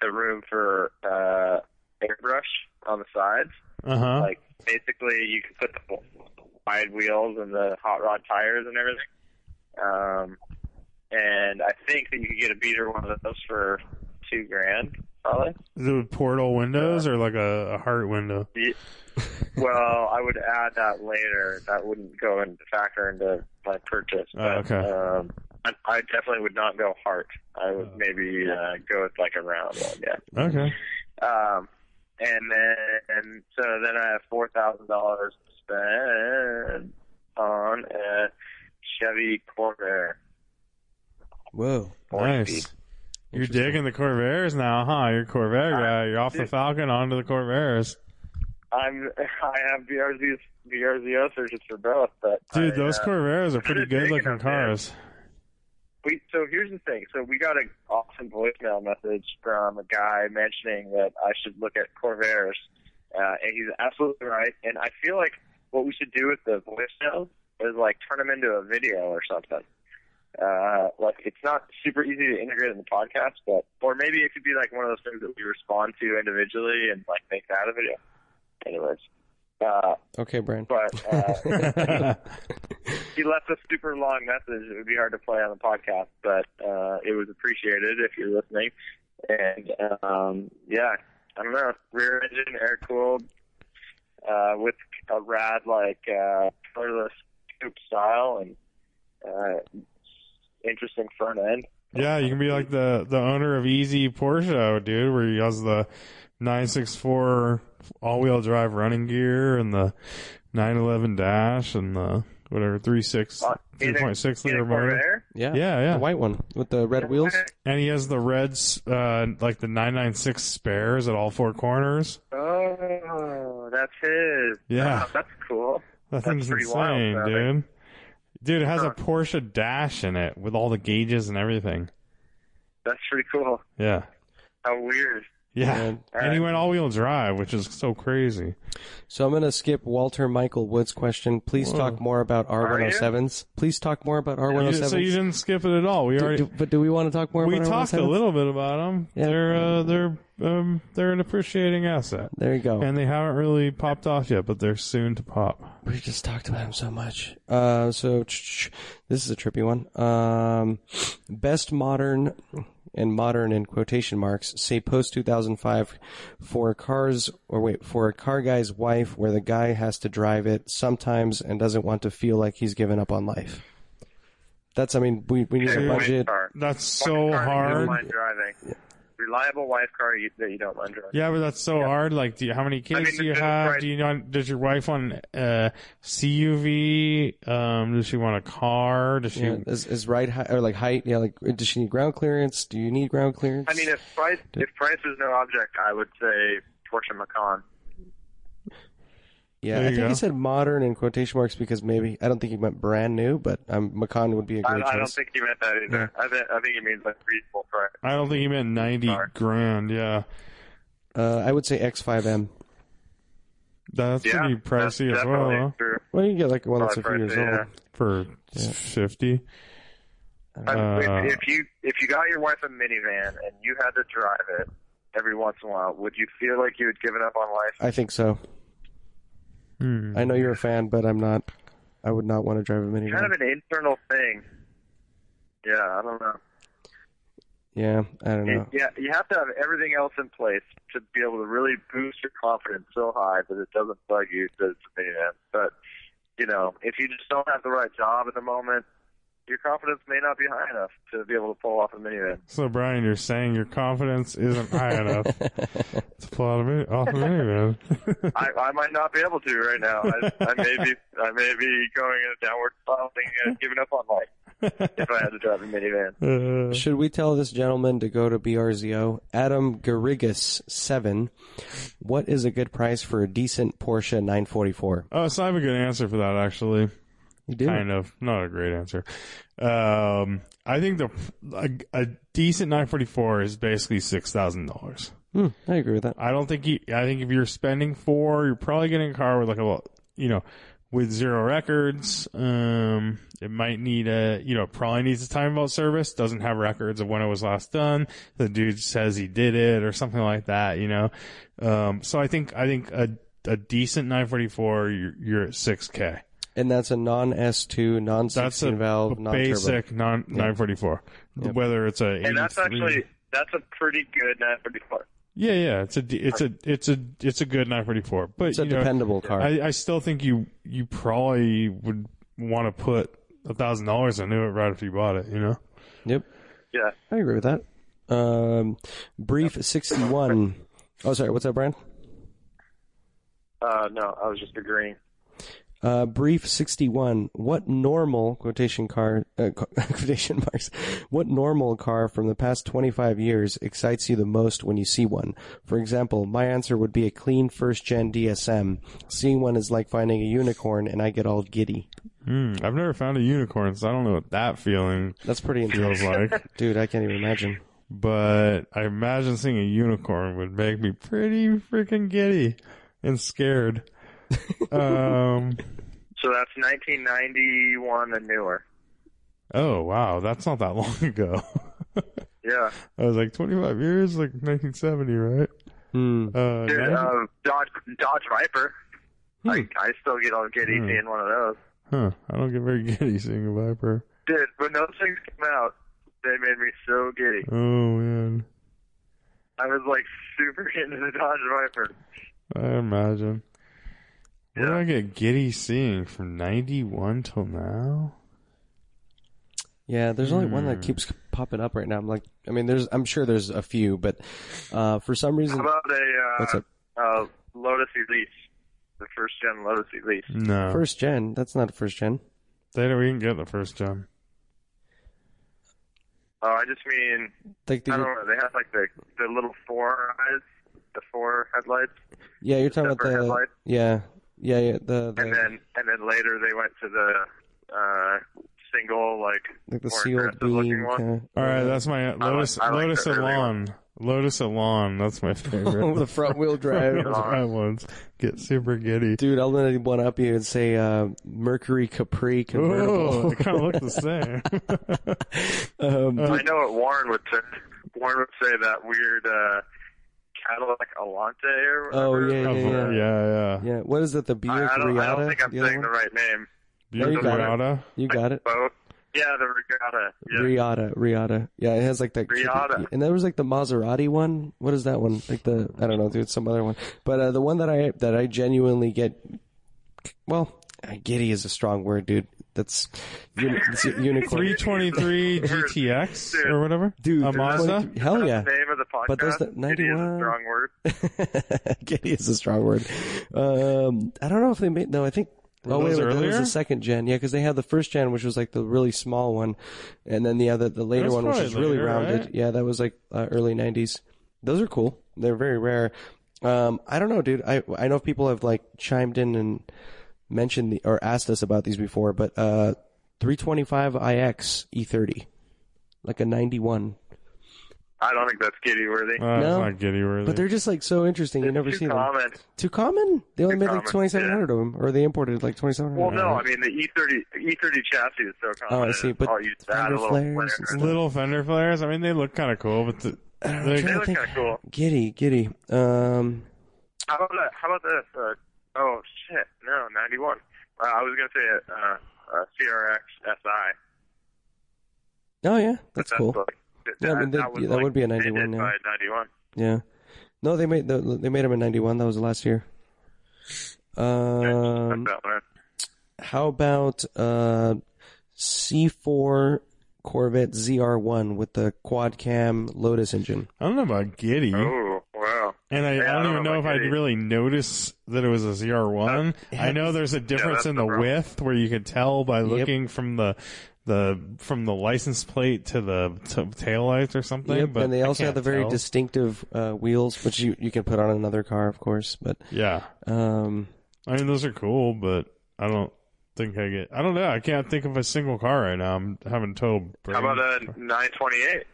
Speaker 3: the room for uh, airbrush on the sides.
Speaker 1: Uh huh.
Speaker 3: Like basically, you can put the wide wheels and the hot rod tires and everything. Um, and I think that you could get a beater one of those for two grand, probably.
Speaker 1: The portal windows or like a, a heart window?
Speaker 3: well, I would add that later. That wouldn't go into factor into my purchase.
Speaker 1: Oh,
Speaker 3: But,
Speaker 1: okay.
Speaker 3: Um, I, I definitely would not go hard. I would
Speaker 1: Oh.
Speaker 3: maybe uh, go with like a round one. Yeah.
Speaker 1: Okay.
Speaker 3: Um, and then so then I have four thousand dollars to spend on a Chevy Corvair.
Speaker 2: Whoa.
Speaker 3: Four
Speaker 1: Nice.
Speaker 3: speed.
Speaker 1: You're digging the Corvairs now, huh? You're a Corvair guy. You're off the
Speaker 3: dude.
Speaker 1: Falcon onto the Corvairs.
Speaker 3: I'm <laughs> I have BRZs BRZO searches for both, but
Speaker 1: Dude,
Speaker 3: I,
Speaker 1: those
Speaker 3: uh,
Speaker 1: Corvairs are pretty
Speaker 3: pretty big
Speaker 1: good looking
Speaker 3: enough, man.
Speaker 1: cars.
Speaker 3: We, so here's the thing. So we got an awesome voicemail message from a guy mentioning that I should look at Corvairs, uh, and he's absolutely right. And I feel like what we should do with the voicemails is like turn them into a video or something. Uh, like it's not super easy to integrate in the podcast, but or maybe it could be like one of those things that we respond to individually and like make that a video. Anyways, uh,
Speaker 2: Okay, Brian.
Speaker 3: but uh, <laughs>
Speaker 1: <laughs> yeah,
Speaker 3: he left a super long message. It would be hard to play on the podcast, but uh, it was appreciated if you're listening. And um, yeah, I don't know, rear engine, air cooled, uh, with a rad like uh, colorless coupe style and uh, interesting front end.
Speaker 1: you can be like the, the owner of Easy Porsche, dude, where he has the 964 all wheel drive running gear and the 911 dash and the whatever 36,
Speaker 3: Uh, in a-
Speaker 1: 3.6
Speaker 3: In a
Speaker 1: liter motor.
Speaker 3: Corvair?
Speaker 2: Yeah.
Speaker 1: Yeah, yeah.
Speaker 2: The white one with the red wheels.
Speaker 1: And he has the reds, uh, like the 996 spares at all four corners.
Speaker 3: <laughs> Oh, that's his.
Speaker 1: Yeah.
Speaker 3: Oh, that's cool.
Speaker 1: That thing's
Speaker 3: pretty wild,
Speaker 1: insane,
Speaker 3: Bradley.
Speaker 1: dude. Dude, it has a
Speaker 3: Huh.
Speaker 1: Porsche dash in it with all the gauges and everything.
Speaker 3: That's pretty cool.
Speaker 1: Yeah.
Speaker 3: How weird.
Speaker 1: Yeah.
Speaker 2: And
Speaker 1: and he went all wheel drive, which is so crazy.
Speaker 2: so I'm going to skip Walter Michael Wood's question. Please
Speaker 1: Whoa.
Speaker 2: talk more about R107s. Please talk more about
Speaker 1: You did-
Speaker 2: R107s.
Speaker 1: so you didn't skip it at all. We
Speaker 2: Do-
Speaker 1: already
Speaker 2: do- but do we want to talk more
Speaker 1: we
Speaker 2: about
Speaker 1: talked
Speaker 2: R107s?
Speaker 1: a little bit about them.
Speaker 2: Yeah.
Speaker 1: They're uh, they're um, they're an appreciating asset,
Speaker 2: There you go.
Speaker 1: and they haven't really popped off yet, but they're soon to pop.
Speaker 2: We just talked about him so much. Uh, so ch- ch- this is a trippy one. Um, best modern and modern in quotation marks, say post 2005 for a cars or wait, for a car guy's wife where the guy has to drive it sometimes and doesn't want to feel like he's given up on life. That's, I mean, we, we need a
Speaker 3: Hey, white
Speaker 2: budget.
Speaker 3: car.
Speaker 1: That's
Speaker 3: Wife
Speaker 1: so
Speaker 3: car that you don't
Speaker 1: hard.
Speaker 3: mind driving. Reliable wife car you, that you don't mind driving.
Speaker 1: Yeah, but that's so hard. Like, do you, how many kids
Speaker 3: mean,
Speaker 1: do you
Speaker 3: it's
Speaker 1: have?
Speaker 3: right.
Speaker 1: Do you not, does your wife want uh, a CUV? Um, does she want a car? Does she?
Speaker 2: Yeah, is, is right high, or like height? Yeah, like does she need ground clearance? Do you need ground clearance?
Speaker 3: I mean, if price if price is no object, I would say Porsche Macan.
Speaker 2: Yeah,
Speaker 1: There
Speaker 2: I
Speaker 1: you
Speaker 2: think he
Speaker 1: go.
Speaker 2: said modern in quotation marks because maybe I don't think he meant brand new, but um, Macan would be a
Speaker 3: I,
Speaker 2: great
Speaker 3: I don't
Speaker 2: choice.
Speaker 3: think he meant that either. I, th- I think he means like reasonable price.
Speaker 1: I don't think he meant ninety
Speaker 3: Sorry.
Speaker 1: grand. Yeah,
Speaker 2: uh, I would say X5M.
Speaker 1: that's
Speaker 3: yeah,
Speaker 1: pretty
Speaker 3: that's
Speaker 1: pricey as well.
Speaker 3: definitely
Speaker 1: Huh?
Speaker 3: true.
Speaker 2: Well, you can get like one that's a few
Speaker 3: Probably
Speaker 2: years
Speaker 3: pricey, yeah.
Speaker 2: old.
Speaker 1: For
Speaker 2: Yeah.
Speaker 1: fifty,
Speaker 3: I mean,
Speaker 1: Uh,
Speaker 3: if, if you if you got your wife a minivan and you had to drive it every once in a while, would you feel like you had given up on life?
Speaker 2: I think so.
Speaker 1: Hmm.
Speaker 2: I know you're a fan, but I'm not. I would not want to drive a minivan.
Speaker 3: Kind of an internal thing. Yeah, I don't know.
Speaker 2: yeah, I don't
Speaker 3: It-
Speaker 2: know.
Speaker 3: yeah, you have to have everything else in place to be able to really boost your confidence so high that it doesn't bug you that it's a minivan. But you know, if you just don't have the right job at the moment, your confidence may not be high enough to be able to pull off a minivan.
Speaker 1: So Brian, you're saying your confidence isn't high enough
Speaker 2: <laughs>
Speaker 1: to pull out a mini- off a minivan.
Speaker 3: I, I might not be able to right now. I, I may be I may be going in a downward spiral, thinking I've given up on life if I had to drive a
Speaker 1: <laughs>
Speaker 3: minivan.
Speaker 1: Uh,
Speaker 2: Should we tell this gentleman to go to BRZO? Adam Garrigus seven. What is a good price for a decent Porsche 944?
Speaker 1: oh, so I have a good answer for that actually.
Speaker 2: You do.
Speaker 1: Kind of, not a great answer. Um, I think the a, a decent 944 is basically six thousand dollars.
Speaker 2: Hmm, I agree with that.
Speaker 1: I don't think you. I think if you're spending four, you're probably getting a car with like a well, you know, with zero records. Um, it might need a you know it probably needs a time vault service. Doesn't have records of when it was last done. The dude says he did it or something like that. You know, um. So I think I think a a decent 944. You're, you're at six k.
Speaker 2: And that's a non S2, non
Speaker 1: That's a
Speaker 2: 16 valve, non turbo.
Speaker 1: basic non 944. Whether it's a
Speaker 3: And that's
Speaker 1: 83
Speaker 3: actually that's a pretty good 944.
Speaker 1: yeah yeah it's a d- it's a it's a it's a good 944. But
Speaker 2: It's a
Speaker 1: you know,
Speaker 2: dependable car.
Speaker 1: I, I still think you you probably would want to put a thousand dollars into it right after you bought it. You know,
Speaker 2: yep.
Speaker 3: Yeah.
Speaker 2: I agree with that. Um, brief 61. Oh, sorry. What's that, Brian?
Speaker 3: Uh, no, I was just agreeing.
Speaker 2: Uh, brief 61. What normal quotation car, uh, <laughs> qu- quotation marks, what normal car from the past 25 years excites you the most when you see one? For example, my answer would be a clean first gen DSM. Seeing one is like finding a unicorn and I get all giddy.
Speaker 1: Hmm, I've never found a unicorn, so I don't know what that feeling
Speaker 2: That's pretty
Speaker 1: feels
Speaker 2: intense.
Speaker 1: like.
Speaker 3: <laughs>
Speaker 2: Dude, I can't even imagine.
Speaker 1: But I imagine seeing a unicorn would make me pretty freaking giddy and
Speaker 2: <laughs>
Speaker 1: scared. um.
Speaker 3: So that's 1991 and newer.
Speaker 1: Oh wow, that's not that long ago.
Speaker 3: Yeah.
Speaker 1: I was like 25 years, like 1970, right?
Speaker 2: Hmm.
Speaker 1: Uh,
Speaker 3: Dude,
Speaker 1: yeah.
Speaker 3: uh, Dodge, Dodge Viper. I, I still get all giddy
Speaker 1: Hmm.
Speaker 3: seeing one of those.
Speaker 1: Huh. I don't get very <laughs> giddy seeing a viper.
Speaker 3: Dude, when those things came out, they made me so giddy.
Speaker 1: Oh man,
Speaker 3: I was like super <laughs> into the Dodge Viper.
Speaker 1: I imagine. What did
Speaker 3: Yeah.
Speaker 1: I get giddy seeing from 91 till now?
Speaker 2: Yeah, there's only one
Speaker 1: Hmm.
Speaker 2: that keeps popping up right now. I'm like, I mean, there's, I'm sure there's a few, but, uh, for some
Speaker 3: How
Speaker 2: reason,
Speaker 3: about
Speaker 2: what's
Speaker 3: a
Speaker 2: up?
Speaker 3: uh, uh, Lotus Elise? The first gen Lotus Elise.
Speaker 1: No.
Speaker 2: First gen? That's not first gen.
Speaker 1: they didn't, we didn't get the first gen.
Speaker 3: Oh, I just mean
Speaker 2: Like
Speaker 3: I don't
Speaker 2: the,
Speaker 3: know. They have like the the little four eyes, the four headlights,
Speaker 2: yeah, you're talking about
Speaker 3: separate
Speaker 2: the
Speaker 3: headlights.
Speaker 2: yeah, yeah, yeah, the,
Speaker 3: and
Speaker 2: the
Speaker 3: then and then later they went to the uh, single like
Speaker 2: like the
Speaker 3: more
Speaker 2: sealed
Speaker 3: aggressive
Speaker 2: beam.
Speaker 3: looking one.
Speaker 2: kinda-
Speaker 1: All right,
Speaker 2: <laughs>
Speaker 1: that's my Lotus.
Speaker 3: I like
Speaker 1: Lotus
Speaker 3: the early
Speaker 1: Elan. Lotus Elan. That's my favorite.
Speaker 2: the front wheel
Speaker 1: <laughs> Those
Speaker 2: drive.
Speaker 1: are my ones get super giddy.
Speaker 2: Dude, I'll let one up you and say uh, Mercury Capri
Speaker 1: Oh, <laughs>
Speaker 2: convertible. <laughs>
Speaker 1: they kind of look the same.
Speaker 2: um,
Speaker 1: Uh,
Speaker 3: I know what Warren would say. Warren would say that weird uh, Cadillac Alante or
Speaker 2: Oh,
Speaker 3: whatever.
Speaker 2: yeah,
Speaker 1: Of- yeah,
Speaker 2: <laughs> yeah.
Speaker 1: yeah.
Speaker 2: yeah, what is that? The Buick
Speaker 3: I, I don't, I don't
Speaker 2: Riata?
Speaker 3: think I'm
Speaker 2: The other
Speaker 3: saying
Speaker 2: one?
Speaker 3: the right name.
Speaker 2: There you
Speaker 1: Buick
Speaker 2: go.
Speaker 1: Riata.
Speaker 2: You got it.
Speaker 3: Boat. Yeah, the regatta. Yeah.
Speaker 2: Riata, Riata. Yeah, it has like that.
Speaker 3: Riata.
Speaker 2: And there was like the Maserati one. What is that one? Like the I don't know, dude, some other one. But uh, the one that I that I genuinely get, well, giddy is a strong word, dude. That's
Speaker 3: <laughs>
Speaker 2: uni- it's a unicorn.
Speaker 1: 323 GTX or whatever.
Speaker 2: Dude,
Speaker 1: a Mazda.
Speaker 2: 23 Hell oh, yeah.
Speaker 3: That's the name of the podcast.
Speaker 2: But there's the
Speaker 3: It is a
Speaker 2: 91.
Speaker 3: strong word.
Speaker 2: <laughs> giddy is a strong word. Um, I don't know if they made. No, I think. oh
Speaker 1: those
Speaker 2: wait, wait, there was
Speaker 1: earlier?
Speaker 2: a second gen, yeah, because they had the first gen, which was like the really small one, and then the other, the later
Speaker 1: That's
Speaker 2: one, which
Speaker 1: probably
Speaker 2: is really
Speaker 1: later,
Speaker 2: rounded.
Speaker 1: right?
Speaker 2: Yeah, that was like uh, early '90s. Those are cool. They're very rare. Um, I don't know, dude. I I know people have like chimed in and mentioned the, or asked us about these before, but uh, 325ix E30, E like a 91.
Speaker 3: I don't think that's giddy worthy.
Speaker 1: Uh,
Speaker 2: No.
Speaker 1: It's not giddy worthy.
Speaker 2: But they're just like so interesting. You
Speaker 3: It's
Speaker 2: never
Speaker 3: too
Speaker 2: see them.
Speaker 3: common.
Speaker 2: Too common? They only
Speaker 3: Too
Speaker 2: made like
Speaker 3: common,
Speaker 2: 2,700 of them, or they imported like 2,700.
Speaker 3: Well, no, I mean the E E30 E30 chassis is so
Speaker 2: Oh,
Speaker 3: common.
Speaker 2: I see, but
Speaker 3: I'll use that a
Speaker 2: fender
Speaker 3: little
Speaker 2: flares
Speaker 3: flare.
Speaker 2: and
Speaker 1: little fender flares. I mean, they look kind of cool, but the,
Speaker 2: Uh, I'm
Speaker 1: they-
Speaker 3: They
Speaker 2: trying to
Speaker 3: look
Speaker 2: think.
Speaker 3: kind of cool.
Speaker 2: Giddy, giddy. Um,
Speaker 3: How about that? How about this? Uh, oh shit, no, 91. Uh, I was gonna say a, uh, a CRX SI.
Speaker 2: oh yeah, that's
Speaker 3: That's
Speaker 2: cool.
Speaker 3: like- that,
Speaker 2: Yeah, I mean, that-
Speaker 3: was
Speaker 2: yeah, that
Speaker 3: like
Speaker 2: would be a 91
Speaker 3: dated
Speaker 2: now.
Speaker 3: by 91.
Speaker 2: Yeah. No, they made the, they made them in '91. That was the last year.
Speaker 3: <laughs>
Speaker 2: Um,
Speaker 3: That's that one.
Speaker 2: how about uh, C4 Corvette ZR1 with the quad cam Lotus engine?
Speaker 1: I don't know about giddy,
Speaker 3: Oh wow.
Speaker 1: and I,
Speaker 3: yeah,
Speaker 1: I don't even
Speaker 3: know
Speaker 1: know if
Speaker 3: about
Speaker 1: I'd
Speaker 3: giddy.
Speaker 1: really notice that it was a
Speaker 2: Uh,
Speaker 1: ZR1. I know there's a difference
Speaker 3: that's
Speaker 1: in
Speaker 3: the
Speaker 1: the
Speaker 3: problem.
Speaker 1: width where you could tell by looking from the the from the license plate to the to tail lights or something.
Speaker 2: Yep,
Speaker 1: but
Speaker 2: and they
Speaker 1: I
Speaker 2: also have
Speaker 1: can't
Speaker 2: the very
Speaker 1: tell.
Speaker 2: distinctive uh, wheels, which you, you can put on another car, of course. But
Speaker 1: yeah.
Speaker 2: um,
Speaker 1: I mean, those are cool, but I don't think I get. I don't know. I can't think of a single car right now. I'm having total. Brain.
Speaker 3: How about a 928?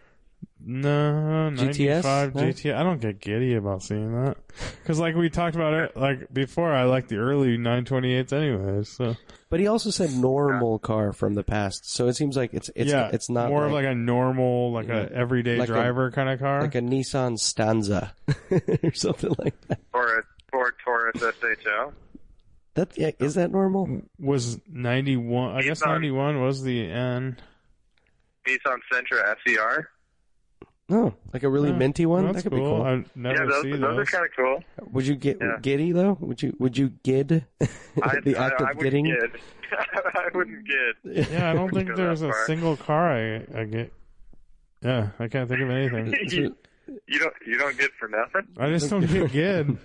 Speaker 1: No,
Speaker 2: GTS?
Speaker 1: 95
Speaker 2: No?
Speaker 1: GTS. I don't get giddy about seeing that. Cause like we talked about it, like before, I like the early 928s anyway, so.
Speaker 2: but he also said normal car from the past, so it seems like it's it's
Speaker 1: yeah.
Speaker 2: it's not
Speaker 1: more
Speaker 2: like,
Speaker 1: of like a normal, like a everyday
Speaker 2: Like a-
Speaker 1: driver kind of car.
Speaker 2: like a Nissan Stanza <laughs> or something like that.
Speaker 3: or a Ford Taurus SHO.
Speaker 2: That yeah, is that normal?
Speaker 1: was 91, I guess
Speaker 3: Nissan.
Speaker 1: 91 was the N.
Speaker 3: Nissan Sentra E SER.
Speaker 2: No, like a really
Speaker 1: Yeah.
Speaker 2: minty one.
Speaker 1: That's
Speaker 2: that could
Speaker 1: cool.
Speaker 2: be cool.
Speaker 1: I never
Speaker 3: yeah, those,
Speaker 1: see
Speaker 3: those
Speaker 1: those.
Speaker 3: are kind of cool.
Speaker 2: Would you get
Speaker 3: Yeah.
Speaker 2: giddy though? Would you would you gid <laughs> the act
Speaker 3: I, I
Speaker 2: of getting?
Speaker 3: Wouldn't kid. <laughs> I wouldn't kid.
Speaker 2: <laughs>
Speaker 1: yeah, I
Speaker 3: <laughs>
Speaker 1: don't think
Speaker 3: Go that
Speaker 1: there's a
Speaker 3: far.
Speaker 1: single car I, I get. Yeah, I can't think of anything.
Speaker 3: you, you don't. You don't get for nothing.
Speaker 1: I just don't get gid.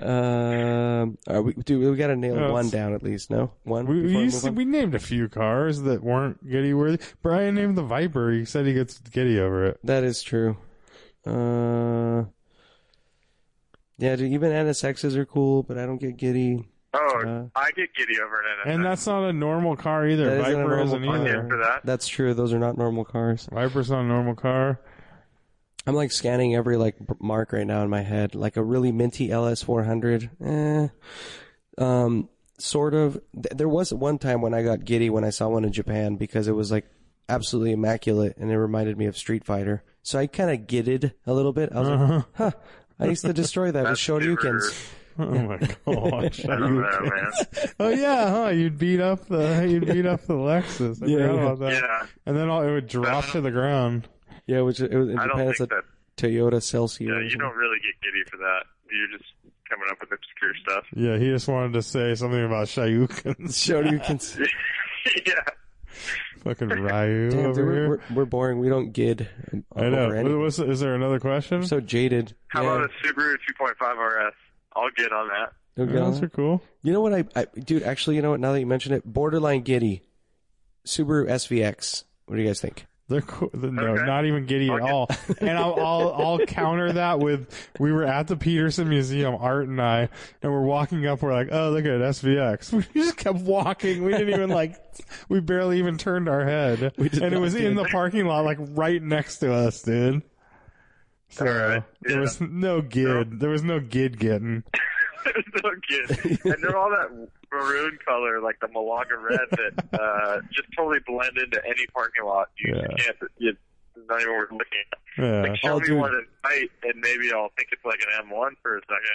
Speaker 2: Um, uh, we, dude, we got to nail
Speaker 1: No,
Speaker 2: one
Speaker 1: it's-
Speaker 2: down at least. No, one.
Speaker 1: We
Speaker 2: before
Speaker 1: we,
Speaker 2: we
Speaker 1: used
Speaker 2: move
Speaker 1: to,
Speaker 2: on?
Speaker 1: we named a few cars that weren't giddy worthy. Brian named the Viper. He said he gets giddy over it.
Speaker 2: That is true. Uh, yeah, dude, even NSXs are cool, but I don't get giddy.
Speaker 3: Oh,
Speaker 2: Uh,
Speaker 3: I get giddy over it.
Speaker 1: And that's not a normal car either.
Speaker 2: That isn't a
Speaker 1: Viper
Speaker 2: normal
Speaker 1: isn't
Speaker 2: car.
Speaker 1: either.
Speaker 3: Yeah, for that.
Speaker 2: That's true. Those are not normal cars.
Speaker 1: Viper's not a normal car. <laughs>
Speaker 2: I'm like scanning every like b- mark right now in my head, like a really minty LS400. Eh, um, sort of. Th- there was one time when I got giddy when I saw one in Japan because it was like absolutely immaculate and it reminded me of Street Fighter. So I kind of gidded a little bit. I was
Speaker 1: Uh-huh.
Speaker 2: like, huh. I used to destroy that with
Speaker 3: That's
Speaker 2: shoryukens.
Speaker 1: Oh
Speaker 2: <laughs>
Speaker 1: my gosh! <laughs>
Speaker 3: I don't know, man. <laughs>
Speaker 1: oh yeah, huh? You'd beat up the you'd beat up the Lexus. I
Speaker 2: Yeah,
Speaker 1: forgot
Speaker 2: yeah.
Speaker 1: about that.
Speaker 3: Yeah,
Speaker 1: And then all, it would drop to the ground.
Speaker 2: Yeah, which it was in
Speaker 3: I
Speaker 2: Japan.
Speaker 3: don't
Speaker 2: It's a
Speaker 3: think that.
Speaker 2: Toyota Celsius.
Speaker 3: Yeah, you
Speaker 2: <laughs>
Speaker 3: don't really get giddy for that. You're just coming up with obscure stuff. <laughs>
Speaker 1: Yeah, he just wanted to say something about <laughs> Shayukins.
Speaker 2: shoryukens.
Speaker 3: <laughs> yeah.
Speaker 1: Fucking Ryu
Speaker 2: Damn, dude,
Speaker 1: over
Speaker 2: we're,
Speaker 1: here.
Speaker 2: we're, we're boring. We don't gid. um,
Speaker 1: I know.
Speaker 2: over anything.
Speaker 1: What's- is there another question?
Speaker 2: We're so jaded.
Speaker 3: How
Speaker 2: Yeah.
Speaker 3: about a Subaru 2.5 RS? I'll get on that. <laughs>
Speaker 2: Don't get
Speaker 1: yeah,
Speaker 2: on
Speaker 1: those
Speaker 2: that?
Speaker 1: are cool.
Speaker 2: You know what I, I dude, actually, you know what, now that you mention it, borderline giddy. Subaru SVX. What do you guys think?
Speaker 1: They're cool. No,
Speaker 3: Okay.
Speaker 1: not even giddy at
Speaker 3: Okay.
Speaker 1: all. And I'll, I'll
Speaker 3: <laughs>
Speaker 1: I'll counter that with we were at the Peterson Museum, Art and I, and we're walking up. We're like, oh look at SVX. <laughs> We just kept walking. We didn't even like. We barely even turned our head.
Speaker 2: We did
Speaker 1: and it
Speaker 2: not,
Speaker 1: was in
Speaker 2: dude.
Speaker 1: the parking lot, like right next to us, dude. So
Speaker 3: Alright,
Speaker 1: there
Speaker 3: yeah.
Speaker 1: was no gid. There was no gid getting.
Speaker 3: so good. And they're all that maroon color, like the Malaga red,
Speaker 2: <laughs>
Speaker 3: that uh, just totally blend into any parking lot. You,
Speaker 1: Yeah.
Speaker 3: you can't. You, it's not even worth looking at.
Speaker 1: Yeah.
Speaker 3: Like, show
Speaker 2: Oh,
Speaker 3: me
Speaker 2: dude.
Speaker 3: one at night, and maybe I'll think it's like an M1 for a second.